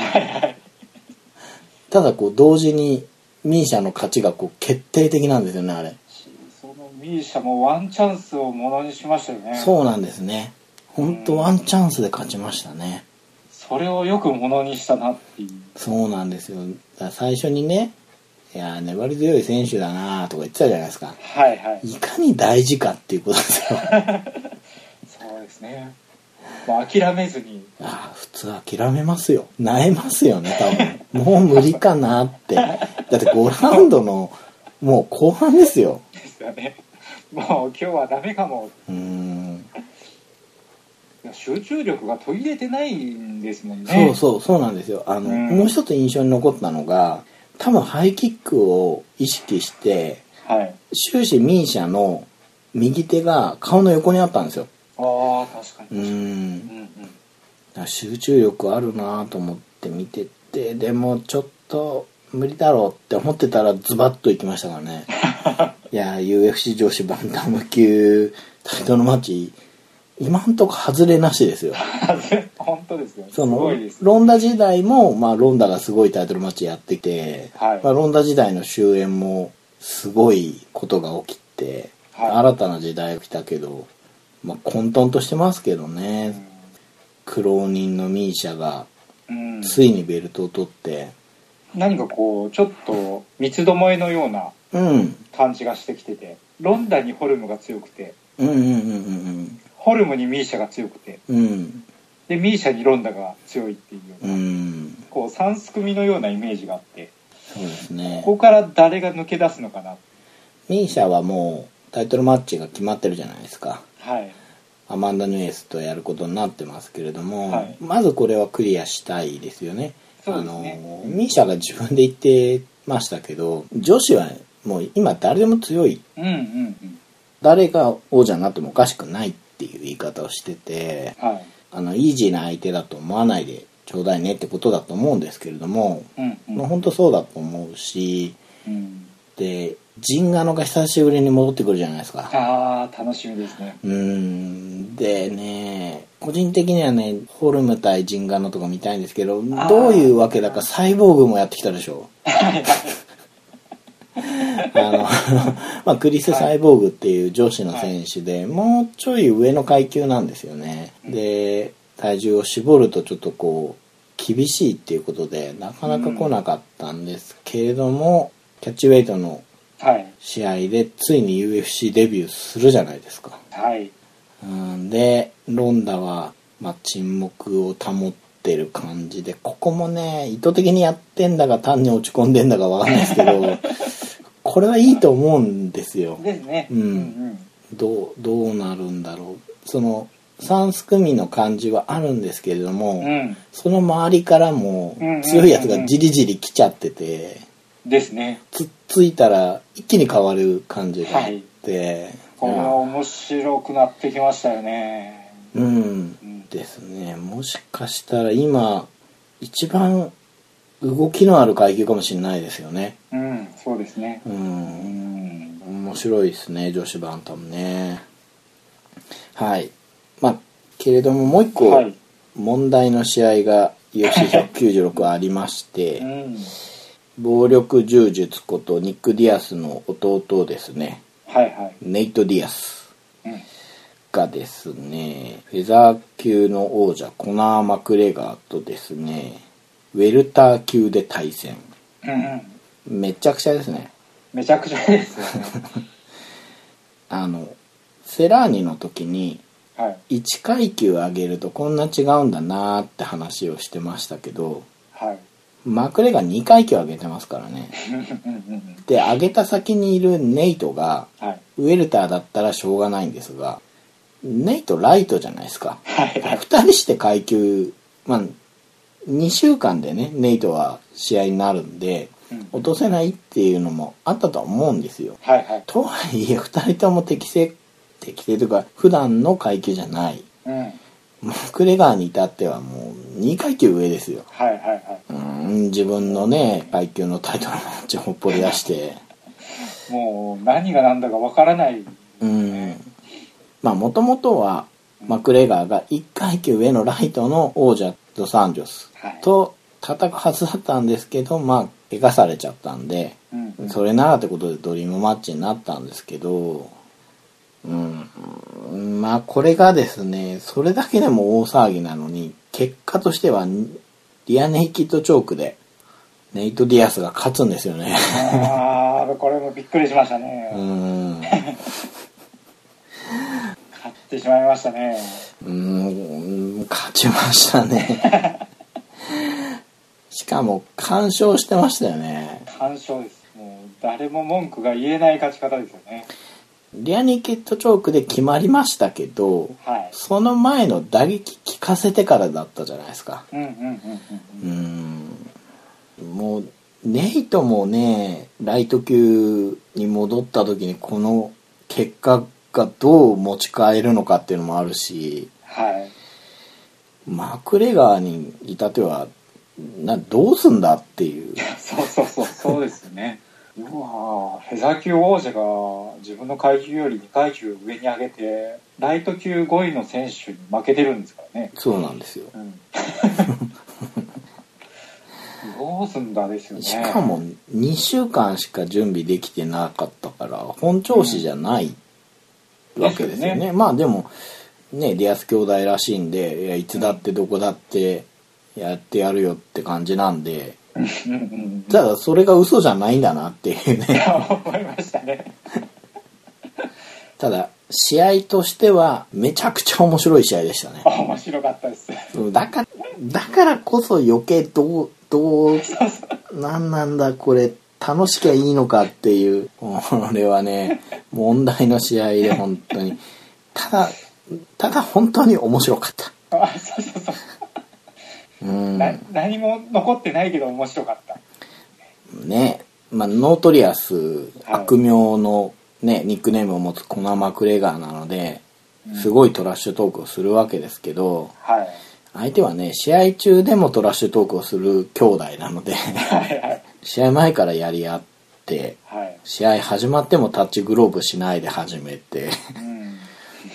A: ただこう同時にミーシャの勝ちがこう決定的なんですよねあれ
B: (laughs) そのミーシャもワンチャンスをものにしましたよね。
A: そうなんですね本当ワンチャンスで勝ちましたね
B: それをよくものにしたなっていう。
A: そうなんですよだから最初にねいやー粘り強い選手だなーとか言ってたじゃないですか
B: はいはい。
A: いかに大事かっていうことですよ
B: そうですね。もう諦めずに。
A: ああ普通諦めますよ萎えますよね多分もう無理かなってだって5ラウンドのもう後半ですよ
B: ですよね。 (laughs) もう今日はダメかも。
A: うーん
B: いや集中力が途切れてないんですもんね。
A: そうそうそうなんですよあの、
B: うん
A: もう一つ印象に残ったのが多分ハイキックを意識して
B: はい。
A: 終始ミーシャの右手が顔の横にあったんですよ
B: ああ、確か
A: う
B: に。
A: ーん
B: うんうん。 (laughs)
A: 集中力あるなと思って見ててでもちょっと無理だろうって思ってたらズバッといきましたからねいやー UFC 女子バンタム級タイトルマッチ今んとこ外れなしですよ
B: 本当ですよ。す
A: その
B: ごいです。
A: ロンダ時代も、まあ、ロンダがすごいタイトルマッチやってて、
B: はい
A: まあ、ロンダ時代の終焉もすごいことが起きて、
B: はい
A: 新たな時代が来たけど、まあ、混沌としてますけどね、苦労人のミーシャが
B: うん。
A: ついにベルトを取って
B: 何かこう、ちょっと三つどもえのような
A: うん
B: 感じがしてきてて、ロンダにホルムが強くて、
A: うんうんうん
B: ホルムにミーシャが強くて、
A: うんうん
B: で、ミーシャにロンダが強いっていうよう
A: う
B: な、
A: ん
B: こう、三すくみのようなイメージがあって、
A: そうですね
B: ここから誰が抜け出すのかな。
A: ミーシャはもうタイトルマッチが決まってるじゃないですか
B: はい。
A: アマンダ・ヌエスとやることになってますけれども、
B: はい
A: まずこれはクリアしたいですよね
B: そうです
A: あ
B: ね
A: のミーシャが自分で言ってましたけど女子はもう今誰でも強い
B: うんうんうん。
A: 誰が王者になってもおかしくないっていう言い方をしてて
B: はい。
A: あのイージーな相手だと思わないでちょうだいねってことだと思うんですけれども、
B: うんう
A: まあ
B: ん。
A: 本当そうだと思うし
B: うん、
A: でジンガノが久しぶりに戻ってくるじゃないですか
B: ああ、楽しみですね。
A: うーんでね個人的にはねホルム対ジンガノとか見たいんですけど
B: ー
A: どういうわけだかサイボーグもやってきたでし
B: (laughs)
A: ょあの (laughs) まあ、クリス・サイボーグっていう女子の選手で、もうちょい上の階級なんですよね、
B: うん
A: で体重を絞るとちょっとこう厳しいっていうことでなかなか来なかったんですけれども、キャッチウェイトの
B: はい。
A: 試合でついに UFC デビューするじゃないですか
B: はい。
A: うんでロンダは、まあ、沈黙を保ってる感じでここもね意図的にやってんだか単に落ち込んでんだかわかんないですけど (laughs) これはいいと思うんですよ
B: ですね。
A: うん
B: うん
A: どうどうなるんだろうその三すくみの感じはあるんですけれども、
B: うん。うん。
A: その周りからも
B: うんうんうんうん
A: 強いやつがじりじり来ちゃってて、
B: ですね。
A: つっついたら一気に変わる感じがあって、
B: これは面白くなってきましたよね。
A: うん
B: うん
A: ですねもしかしたら今一番動きのある階級かもしれないですよね
B: うん、そうですね。
A: う
B: うんん。
A: 面白いですね女子バンタムねはいまあけれどももう一個、
B: はい。
A: 問題の試合が UFC196 ありまし
B: う (laughs)
A: て
B: ん。
A: 暴力柔術ことニック・ディアスの弟ですね
B: はいは
A: ネイト・ディアス
B: い。うん。
A: がですねフェザー級の王者コナー・マクレガーとですねウェルター級で対戦
B: うんうん。
A: めちゃくちゃですね
B: めちゃくちゃですよね。
A: あのセラーニの時に
B: はい。
A: 1階級上げるとこんな違うんだなーって話をしてましたけど
B: はい。
A: マクレガー2階級上げてますからね
B: うんうんうんうん。
A: で上げた先にいるネイトが
B: はい。
A: ウェルターだったらしょうがないんですがネイトライトじゃないですか
B: はいはい。
A: 2人して階級まあ2週間でねネイトは試合になるんで
B: うん
A: 落とせないっていうのもあったとは思うんですよ
B: はいはい。
A: とはいえ2人とも適正適正というか普段の階級じゃない
B: うん。はい
A: マクレガーに至ってはもう2階級上ですよ
B: はいは
A: うん自分のね階級のタイトルマッチをほっぽり出して
B: い。もう何が何だかわからない。
A: うんまあもともとはマクレガーが1階級上のライトの王者ドサンジョス
B: はい。
A: と戦うはずだったんですけどまあ怪我されちゃったんで
B: うんうん。
A: それならってことでドリームマッチになったんですけどうんうんまあこれがですねそれだけでも大騒ぎなのに結果としてはリアネイキッドチョークでネイト・ディアスが勝つんですよね。
B: ああ、これもびっくりしましたね。
A: うん
B: 買ってしまいましたね。
A: うーん、勝ちましたね。 (laughs) しかも、完勝してましたよね。
B: 完勝です。もう誰も文句が言えない勝ち方ですよね。
A: リアニキッドチョークで決まりましたけど、
B: はい。
A: その前の打撃聞かせてからだったじゃないですか。
B: うんうんうんうん
A: うーん。もう、ネイトもね、ライト級に戻った時にこの結果がどう持ち帰るのかっていうのもあるし、
B: はい。
A: マクレガーに至ってはなどうすんだっていう
B: そうそうそう、そうですよね。要は、フェザー級王者が自分の階級より2階級上に上げて、ライト級5位の選手に負けてるんですからね。
A: そうなんですよ
B: うん。どうすんだですよね。
A: しかも2週間しか準備できてなかったから本調子じゃないわけですよね,、
B: ですよ
A: まあでもねディアス兄弟らしいんでいやいつだってどこだってやってやるよって感じなんで
B: うんうんうん、
A: ただそれが嘘じゃないんだなっていう
B: い (laughs)
A: ね
B: や思いましたね。
A: ただ試合としてはめちゃくちゃ面白い試合でしたね
B: あ面白かったです。
A: そうだからだからこそ余計どうどう
B: そうそう
A: なんなんだこれ楽しきゃいいのかっていうこれはね問題の試合で本当にただただ本当に面白かった
B: あそうそうそう。
A: うん
B: な何も残ってないけど面白かった。
A: ねまあノートリアス
B: はい
A: 悪名のねニックネームを持つコナー・マクレガーなので
B: うん
A: すごいトラッシュトークをするわけですけど
B: はい。
A: 相手はね試合中でもトラッシュトークをする兄弟な
B: (laughs)
A: ので
B: はいはい。
A: 試合前からやり合って
B: はい。
A: 試合始まってもタッチグローブしないで始めて
B: うん。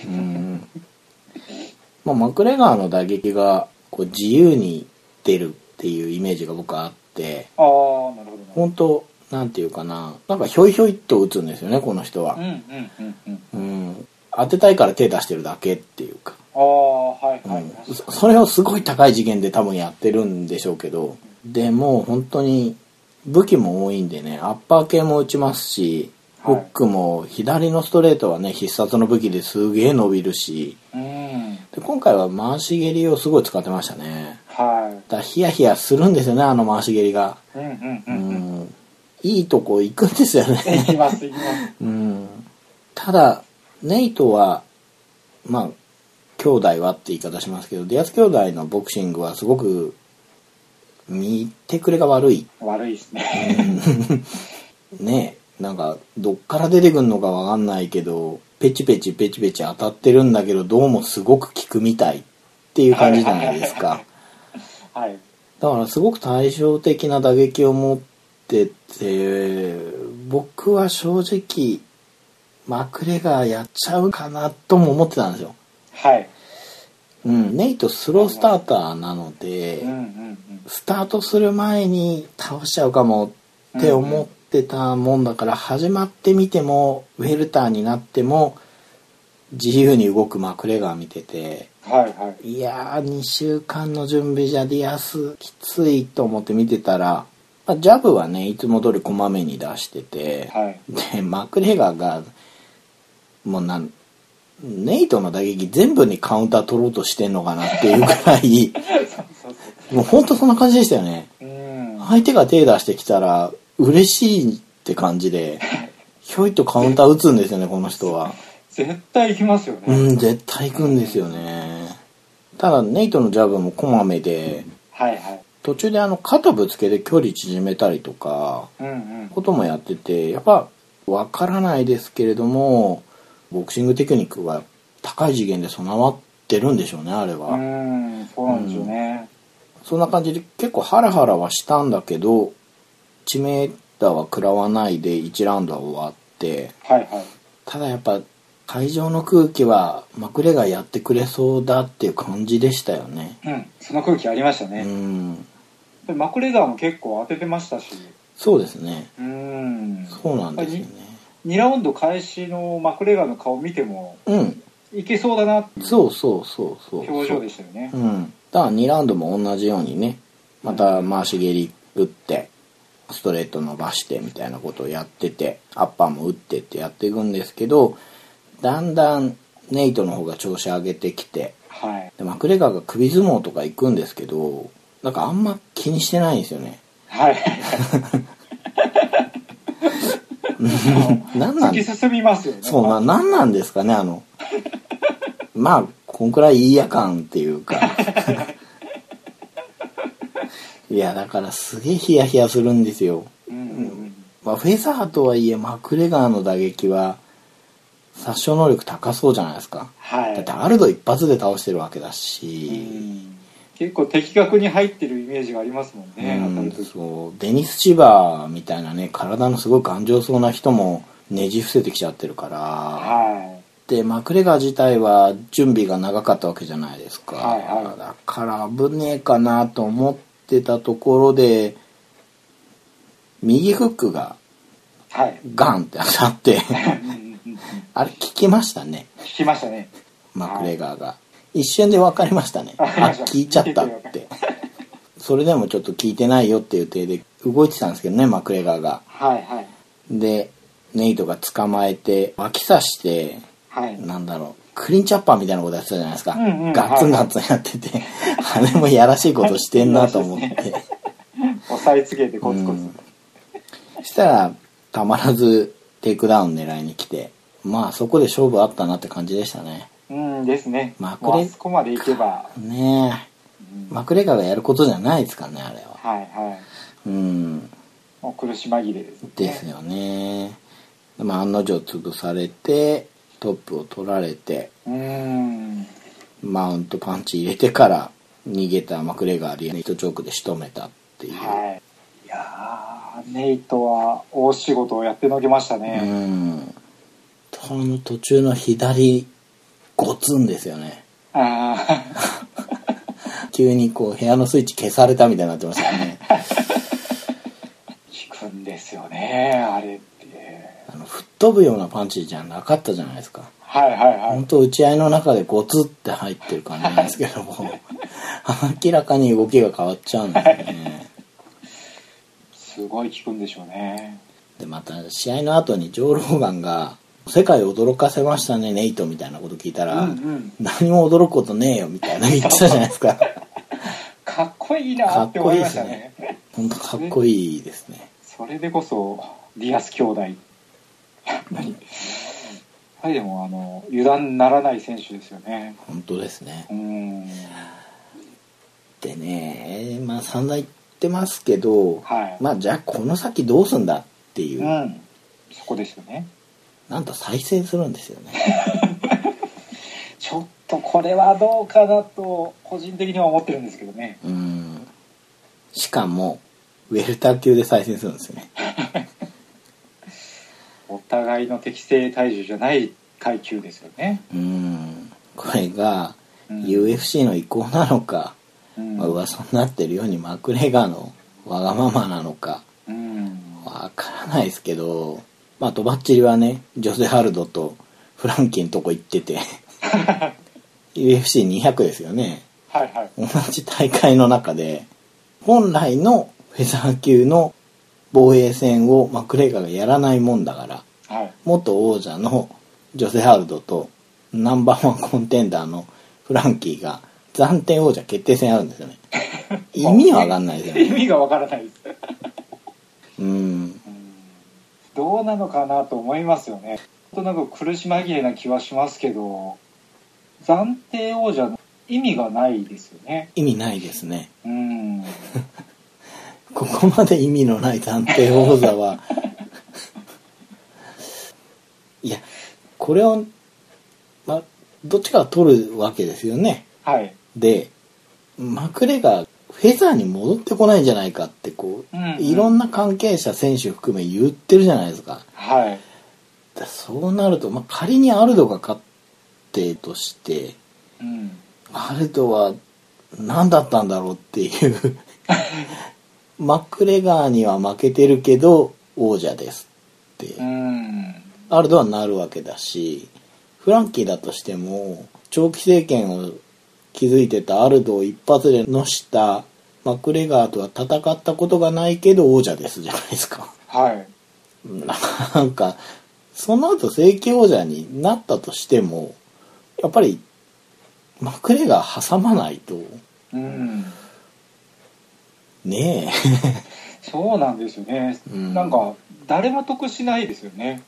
A: うんまあマクレガーの打撃がこう自由に出るっていうイメージが僕はあって
B: ああ、なるほどなるほど。
A: 本当なんていうかななんかひょいひょいっと打つんですよねこの人
B: う
A: は、
B: んうんうんうん。
A: うん、当てたいから手出してるだけっていうか、
B: ああ、はい
A: うん
B: はい。
A: そそれをすごい高い次元で多分やってるんでしょうけどでもう本当に武器も多いんでねアッパー系も打ちますし
B: は
A: フ
B: い
A: ックも左のストレートはね必殺の武器ですげえ伸びるし
B: うん。
A: で今回は回し蹴りをすごい使ってましたね
B: は
A: だからヒヤヒヤするんですよねあの回し蹴りが
B: い。うんうんう
A: うん
B: うん。
A: んいいとこ行くんですよね
B: いきます、いきます。
A: うんただネイトはまあ兄弟はって言い方しますけどディアス兄弟のボクシングはすごく見てくれが悪い。
B: 悪いですね。
A: ねえ、なんか、どっから出てくんのかわかんないけど、ペチペチペチペチ当たってるんだけど、どうもすごく効くみたいっていう感じじゃないですか。
B: はい。
A: だからすごく対照的な打撃を持ってて、僕は正直、マクレガーやっちゃうかなとも思ってたんですよ。
B: はい。
A: うん、ネイトスロースターターなので、
B: うんうんうん。
A: スタートする前に倒しちゃうかもって思ってたもんだから、始まってみてもウェルターになっても自由に動くマクレガー見てて
B: はいはい。
A: いやー2週間の準備じゃディアスきついと思って見てたら、まあジャブはねいつも通りこまめに出してて、
B: はい。
A: でマクレガーがもうなんネイトの打撃全部にカウンター取ろうとしてんのかなっていうくら (laughs) い
B: そうそう
A: もうほんとそんな感じでしたよね。
B: そう。うん。は
A: 相手が手出してきたら嬉しいって感じでひょいっとカウンター打つんですよねこの人は
B: 絶対行きますよ
A: う
B: ね。
A: ん絶対行くんですよねただネイトのジャブもこまめで
B: はいはい。
A: 途中であの肩ぶつけて距離縮めたりとか
B: うんうん。
A: こともやっててやっぱわからないですけれどもボクシングテクニックが高い次元で備わってるんでしょうねあれは、
B: うん、そうなんですよね。
A: そんな感じで結構ハラハラはしたんだけど、知名打は食らわないで1ラウンドは終わって、
B: はいはい。
A: ただやっぱ会場の空気はマクレがやってくれそうだっていう感じでしたよね。
B: うん、その空気ありました
A: う
B: ね。
A: ん。
B: でマクレガーも結構当ててましたし、
A: そうですね。
B: うん。
A: そうなんですよね。
B: 2ラウンド開始のマクレガーの顔見ても、
A: うん。
B: いけそうだなっていう
A: そうそうそうそう。
B: 表情でしたよね
A: う。ん。だから2ラウンドも同じようにね、また回し蹴り打って、ストレート伸ばしてみたいなことをやってて、アッパーも打ってってやっていくんですけど、だんだんネイトの方が調子上げてきて、
B: はい。
A: でマクレガーが首相撲とか行くんですけど、なんかあんま気にしてないんですよね。
B: はい。
A: なんな
B: 突
A: ん
B: き進みますよね。
A: そうな、なんなんですかね、あ
B: (laughs)
A: の。まあ、こんくらいいいや感っていう
B: (laughs)
A: か。いや、だからすげえヒヤヒヤするんですよ。
B: うんうんうん。
A: まあ、フェザーとはいえ、マクレガーの打撃は、殺傷能力高そうじゃないですか。
B: はい。
A: だってアルド一発で倒してるわけだ
B: う
A: し、
B: ん結構的確に入ってるイメージがありますもんね、
A: う
B: 当たる
A: ん
B: 時
A: そう、デニス・シバーみたいなね、体のすごい頑丈そうな人もねじ伏せてきちゃってるから、
B: は
A: でマクレガー自体は準備が長かったわけじゃないですか、
B: はいはい
A: だから危ねえかなと思ってたところで右フックが
B: い。はい。
A: ガンって当たって
B: (laughs) うんうんうんうん
A: あれ効きましたね
B: 聞きましたね。
A: マクレガーが、一瞬で分かりました
B: (laughs)
A: ねあ
B: わかりました
A: 効いちゃったっ
B: 見て
A: てそれでもちょっと効いてないよっていう体で動いてたんですけどねマクレガーが
B: はいはい。
A: でネイトが捕まえて脇差して
B: はい。
A: なんだろう、クリンチャッパーみたいなことやってたじゃないですか。
B: うんうん
A: ガッツンガッツンやってて、 (laughs) あれもやらしいことしてんなと思って。
B: 押さえつけてコツコツ。
A: そしたら、たまらずテイクダウン狙いに来て、まあそこで勝負あったなって感じでしたね。
B: うんですね。
A: まあ
B: も
A: こ
B: う
A: れ
B: あそこまで行けば。
A: ね
B: う
A: え、
B: ん
A: マクレガーがやることじゃないですかね、あれは。
B: はいはい。
A: うん、
B: もう苦し紛れですね。
A: ですよね。でまあ案の定潰されて、トップを取られて、
B: うん。
A: マウントパンチ入れてから逃げたマクレガーリアネイトチョークで仕留めたっていう。
B: はい。いやーネイトは大仕事をやってのけました
A: う
B: ね。
A: ん。その途中の左、ゴツンですよね。
B: ああ。
A: 急にこう、部屋のスイッチ消されたみたいになってましたよ (laughs) ね。
B: 効くんですよね、あれって。
A: あの、吹っ飛ぶようなパンチじゃなかったじゃないですか。
B: はいはいは
A: 本
B: い。
A: 当打ち合いの中でゴツって入ってる感じなんですけ (laughs) ども、明らかに動きが変わっちゃうんですよね。
B: すごい効くんでしょうね。
A: で、また、試合の後にジョー・ローガンが、世界を驚かせましたね、ネイトみたいなこと聞いた
B: う
A: ら、
B: んうん。
A: 何も驚くことねえよみたい
B: (laughs)
A: な言ってたじゃないですか。
B: かっこいい
A: か
B: なっ
A: って
B: 思
A: こい
B: い
A: い
B: ま
A: で
B: し
A: す
B: た
A: ね
B: ね。。
A: 本当かっこいいですね。
B: それでこそ、ディアス兄
A: (laughs)
B: 弟。はい、でも、あの、油断ならない選手ですよね。
A: 本当ですね
B: う。ーん。
A: でね、まあ散々ってますけど、
B: はい、
A: まあじゃあこの先どうすんだっていう、
B: うん、そこですよね
A: なんと再選するんですよね。
B: ちょっとこれはどうかなと個人的には思ってるんですけどね
A: うん。しかも、ウェルター級で再選するんですよね。
B: お互いの適正体重じゃない階級ですよね、
A: うん。これが、
B: うん
A: UFC の意向なのか、
B: うん
A: まあ、噂になってるようにマクレガーのわがままなのか、
B: うん
A: わからないですけど、まあ、とばっちりはね、ジョセハルドとフランキンとこ行ってて、UFC200 ですよね。
B: はいはい
A: 同じ大会の中で、本来のフェザー級の防衛戦をマクレガーがやらないもんだから、
B: はい (laughs)
A: 元王者のジョセハルドとナンバーワンコンテンダーのフランキーが暫定王者決定戦あるんですよね。意味わかんないですよ
B: 意
A: ね。
B: 味がわからないです、
A: うん。
B: うんどうなのかなと思いますよねなんとなく苦し紛れな気はしますけど暫定王者の意味がないですよね
A: 意味ないですね。
B: うん
A: ここまで意味のない暫定王座はいやこれを、まあ、どっちかが取るわけですよね
B: はい
A: でマクレガーフェザーに戻ってこないんじゃないかってこう、
B: うんうん
A: いろんな関係者選手含め言ってるじゃないですか
B: はい
A: だそうなると、まあ、仮にアルドが勝ってとして
B: うん
A: アルドは何だったんだろうっていう (laughs) マクレガーには負けてるけど王者ですって、
B: うん
A: アルドはなるわけだしフランキーだとしても長期政権を築いてたアルドを一発でのしたマクレガーとは戦ったことがないけど王者ですじゃないですか (laughs)
B: はい
A: なんかその後正規王者になったとしてもやっぱりマクレガー挟まないと
B: うん
A: ね
B: そうなんですよね、
A: うん
B: なんか誰も得しないですよね、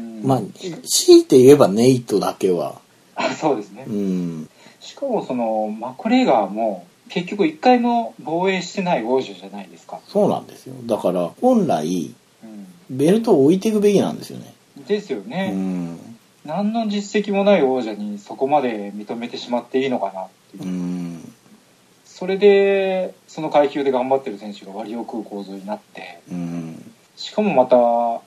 A: え (laughs)
B: ん
A: まあ強いて言えばネイトだけは
B: あそうですね
A: うん
B: しかもそのマクレガーも結局一回も防衛してない王者じゃないですか、
A: そうなんですよだから本来
B: うん、
A: ベルトを置いていくべきなんですよね
B: ですよ
A: う
B: ね、
A: ん
B: 何の実績もない王者にそこまで認めてしまっていいのかなっていう、
A: うん
B: それでその階級で頑張ってる選手が割を食う構造になって
A: うん
B: しかもまた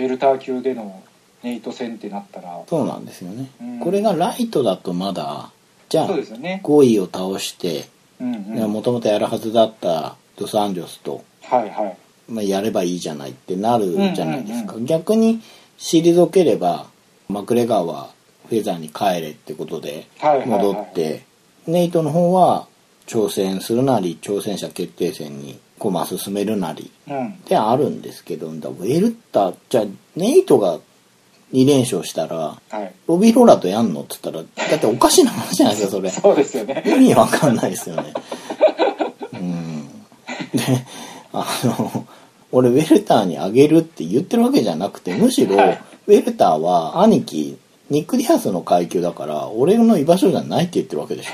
B: ベルター級でのネイト戦ってなったら
A: そうなんですよね、
B: うん
A: これがライトだとまだじゃあ
B: そうですよね、
A: 5位を倒して
B: うんうん、
A: もともとやるはずだったドサンジョスと、
B: はいはい
A: まあ、やればいいじゃないってなるじゃないですか、
B: うんうん
A: 逆に退ければマクレガーはフェザーに帰れってことで
B: はいはいはい
A: 戻って、ネイトの方は挑戦するなり挑戦者決定戦に駒進めるなり
B: うん
A: であるんですけどだウェルターじゃあネイトが2連勝したら
B: はい
A: ロビーローラーとやんのって言ったらだっておかしな話じゃないですかそれ
B: そうですよね
A: 意味わかんないですよねうんであの俺ウェルターにあげるって言ってるわけじゃなくてむしろウ
B: はい
A: ェルターは兄貴ニック・ディアスの階級だから俺の居場所じゃないって言ってるわけでしょ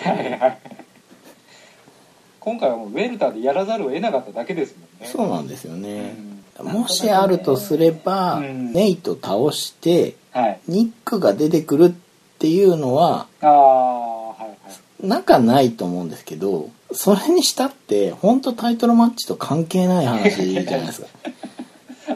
B: 今回はもうウェルターでやらざるを得なかっただけですもんね
A: そうなんですよね
B: うん
A: もしあるとすれば
B: うん
A: ネイト倒して
B: はい
A: ニックが出てくるっていうのは
B: ああはいはい
A: なんかないと思うんですけどそれにしたって本当タイトルマッチと関係ない話じゃないですか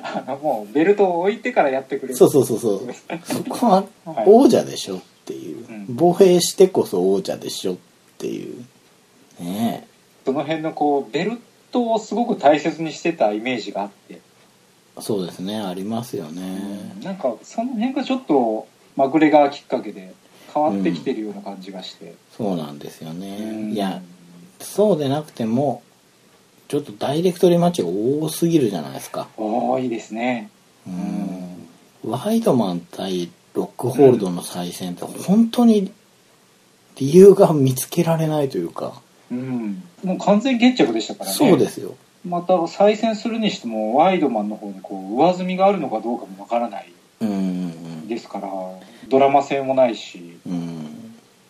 B: あの (laughs) もうベルトを置いてからやってくれ
A: そうそうそうそうそこは
B: はい
A: 王者でしょっていう、
B: うん
A: 防衛してこそ王者でしょっていうね
B: その辺のこうベルトをすごく大切にしてたイメージがあって、
A: えそうですねありますよね
B: なんかその辺がちょっとマグレガーきっかけで変わってきてるような感じがして、
A: そうなんですよね、
B: うん
A: いやそうでなくてもちょっとダイレクトリマッチが多すぎるじゃないですか
B: 多いですね
A: う
B: うんん
A: ワイドマン対ロックホールドの再戦って本当に理由が見つけられないというか、
B: うん、もう完全決着でしたからね
A: そうですよ。
B: また再選するにしてもワイドマンの方にこう上積みがあるのかどうかもわからない
A: うんうん
B: ですからドラマ性もないし
A: うん。うん。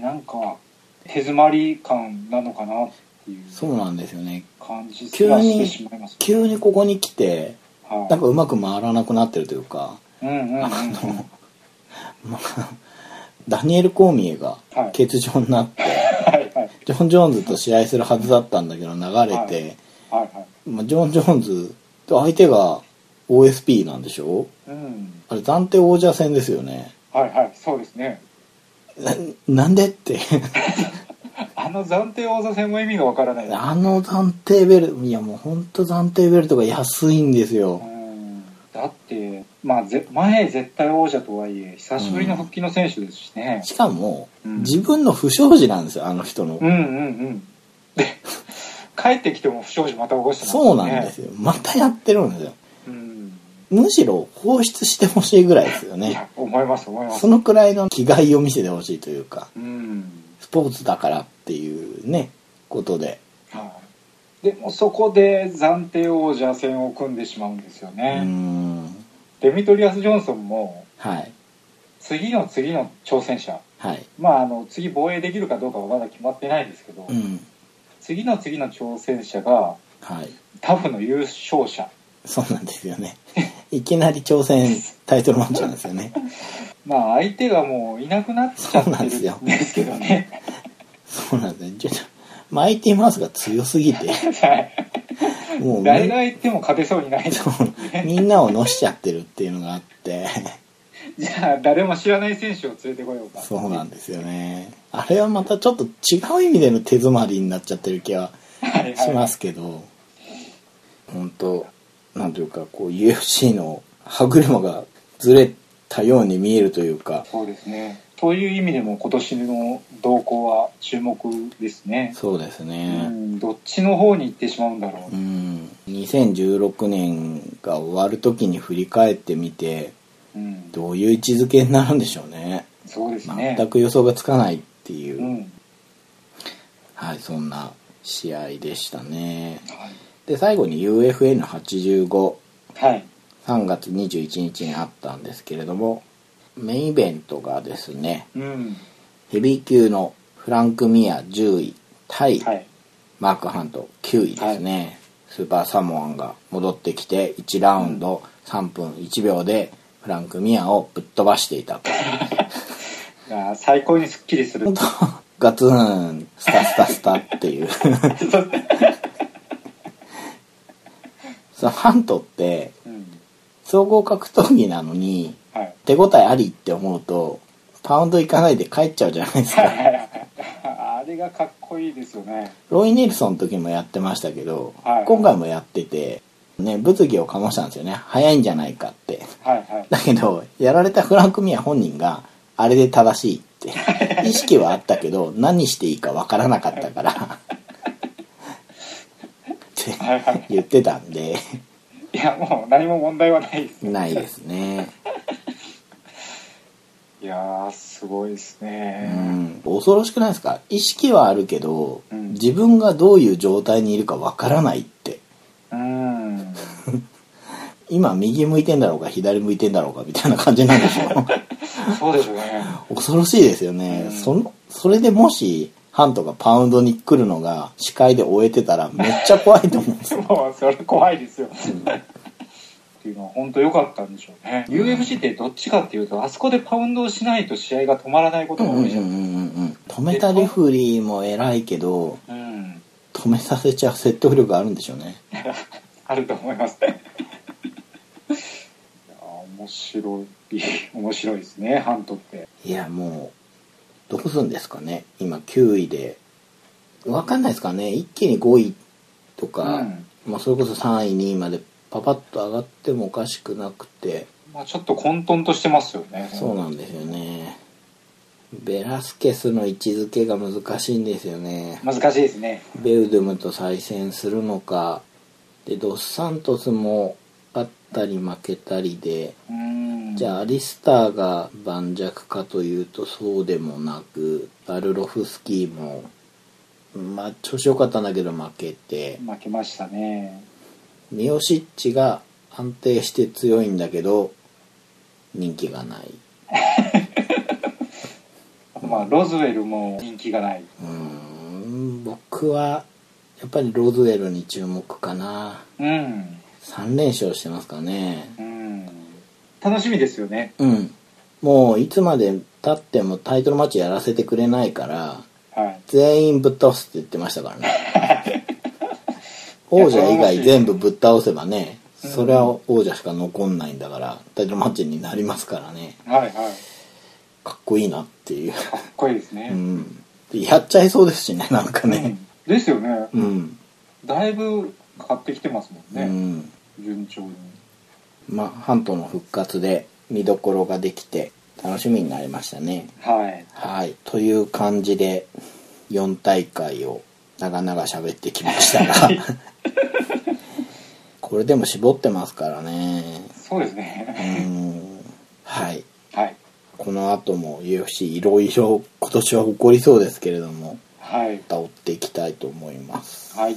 B: なんか手詰まり感なのかなっていう
A: そうなんですよね
B: 感じすらしてしまいます、
A: 急にここに来て
B: はい
A: なんかうまく回らなくなってるというか
B: うんうんうん、
A: あの、まあ、ダニエル・コーミエが
B: はい
A: 欠場になって、
B: はいはい
A: ジョン・ジョーンズと試合するはずだったんだけど流れて、
B: はいはい
A: まあ、ジョン・ジョーンズと相手が OSP なんでしょ
B: うん
A: あれ暫定王者戦ですよね
B: はいはいそうですね
A: ななんでって
B: あの暫定王座戦も意味がわからない
A: あの暫定ベルトいやもうほんと暫定ベルトが安いんです
B: う
A: よ
B: んだって、まあ、ぜ前絶対王者とはいえ久しぶりの復帰の選手ですしね、
A: しかも、
B: うん
A: 自分の不祥事なんですよあの人の、
B: うん、うんうんで (laughs) 帰ってきても不祥事また起こしてます
A: そうなんです
B: よ、
A: よまたやってるんですよ
B: うん、
A: むしろ放出してほしいぐらいですよ
B: い
A: ね
B: や思います思います
A: そのくらいの気概を見せてほしいというか
B: うん
A: スポーツだからっていうねことで
B: はいでもそこで暫定王者戦を組んでしまうんですよ
A: うー
B: ね、
A: ん
B: デミトリアス・ジョンソンも
A: はい
B: 次の次の挑戦者
A: はい
B: まああの次防衛できるかどうかはまだ決まってないですけど、
A: うん
B: 次の次の挑戦者が
A: はい
B: タフの優勝者
A: そうなんですよねいきなり挑戦タイトルマッチなんですよね
B: まあ相手がもういなくなっちゃってるんですけどね。
A: そうなんですねちょっとマイティマウスが強すぎて
B: (laughs) はい
A: もうみ
B: 誰
A: ん
B: が行っても勝てそうにない。じ
A: みんなをのしちゃってるっていうのがあって
B: ゃあ誰も知らない選手を連れてこようか。
A: そうなんですよねあれはまたちょっと違う意味での手詰まりになっちゃってる気は
B: はい
A: しま
B: は
A: すけど本当なんというかこう UFC の歯車がずれたように見えるというか
B: い。そうですね。という意味でも今年の動向は注目ですね。
A: そうです
B: う
A: ね
B: ん、どっちの方に行ってしまうんだろ
A: う
B: う。
A: ん2016年が終わる時に振り返ってみて
B: うん、
A: どういう位置づけになるんでしょうね
B: そうですね。
A: 全く予想がつかないっていうう、
B: ん。
A: はいそんな試合でしたね
B: はい。
A: で最後に UFN853
B: はい。
A: 月21日にあったんですけれどもメインイベントがですね
B: うん。
A: ヘビー級のフランク・ミア10位対
B: はい。
A: マーク・ハント9位ですね、スーパーサモアンが戻ってきて1ラウンド3分1秒でフランク・ミアをぶっ飛ばしていたと
B: いや最高にスッキリする。
A: 本当ガツンスタスタスタっていうそのハントって
B: うん。
A: 総合格闘技なのに
B: はい。 (laughs)
A: 手応えありって思うとパウンドいかないで帰っちゃうじゃないです
B: はい
A: か
B: はいはい。あれがかっこいいですよね。
A: ロイ・ニルソンの時もやってましたけど、
B: はい
A: 今回もやってて、ね、物議を醸したんですよね早いんじゃないかって (laughs)
B: はいはい。
A: だけどやられたフランク・ミア本人があれで正しいっ
B: (laughs)
A: て意識はあったけど何していいかわからなかったからって
B: はいはい
A: 言ってたんで
B: いやもう何も問題はないです
A: ないですね、
B: いやーすごいです
A: う
B: ね
A: ん、恐ろしくないですか意識はあるけど、
B: うん
A: 自分がどういう状態にいるかわからないって
B: うん
A: 今右向いてんだろうか左向いてんだろうかみたいな感じなんでしょ
B: そうですよね
A: 恐ろしいですよね、
B: うん
A: そのそれでもしハントがパウンドに来るのが視界で終えてたらめっちゃ怖いと思うんですよ
B: もうそれ怖いですよ、っていうのは本当良かったんでしょうね、UFC ってどっちかっていうとあそこでパウンドをしないと試合が止まらないこ
A: う
B: と
A: ん
B: が
A: うんう
B: 多
A: ん
B: いじゃ
A: うん
B: ん
A: うん止めたレフェリーも偉いけど
B: うん
A: 止めさせちゃう説得力あるんでしょうね
B: あると思いますねいやー面白い面白いですねハントって
A: いやもうどうするんですかね今9位でわかんないですかね一気に5位とか、
B: うん
A: まあ、それこそ3位2位までパパッと上がってもおかしくなくて
B: まあちょっと混沌としてますよね
A: そうなんですよねベラスケスの位置づけが難しいんですよね
B: 難しいですね
A: ベウドゥムと再戦するのかでドスサントスも勝ったり負けたりで
B: うん
A: じゃあアリスターが盤石かというとそうでもなくバルロフスキーもまあ調子良かったんだけど負けて
B: 負けましたね
A: ミオシッチが安定して強いんだけど人気がない
B: あとまあロズウェルも人気がない、
A: うーん僕はやっぱりロズウェルに注目かな
B: うん、
A: 3連勝してますからね
B: うん、楽しみですよね
A: うんもういつまで経ってもタイトルマッチやらせてくれないから
B: はい
A: 全員ぶっ倒すって言ってましたからね
B: (laughs)
A: 王者以外全部ぶっ倒せばね
B: うん
A: それは王者しか残んないんだからタイトルマッチになりますからね
B: はいはいか
A: かっこいいなっていう、
B: っこいいですね
A: う、ん、やっちゃいそうですしねなんか
B: う
A: ね
B: んですよね
A: うん、
B: だいぶ買ってきてますもん
A: う
B: ね、
A: ん、
B: 順調に
A: まあハントの復活で見どころができて楽しみになりましたね
B: はい
A: はいという感じで4大会を長々喋ってきましたがこれでも絞ってますからね
B: そうです
A: う
B: ね
A: んはい
B: はい
A: この後も UFC いろいろ今年は起こりそうですけれども
B: はい
A: また追っていきたいと思います
B: はい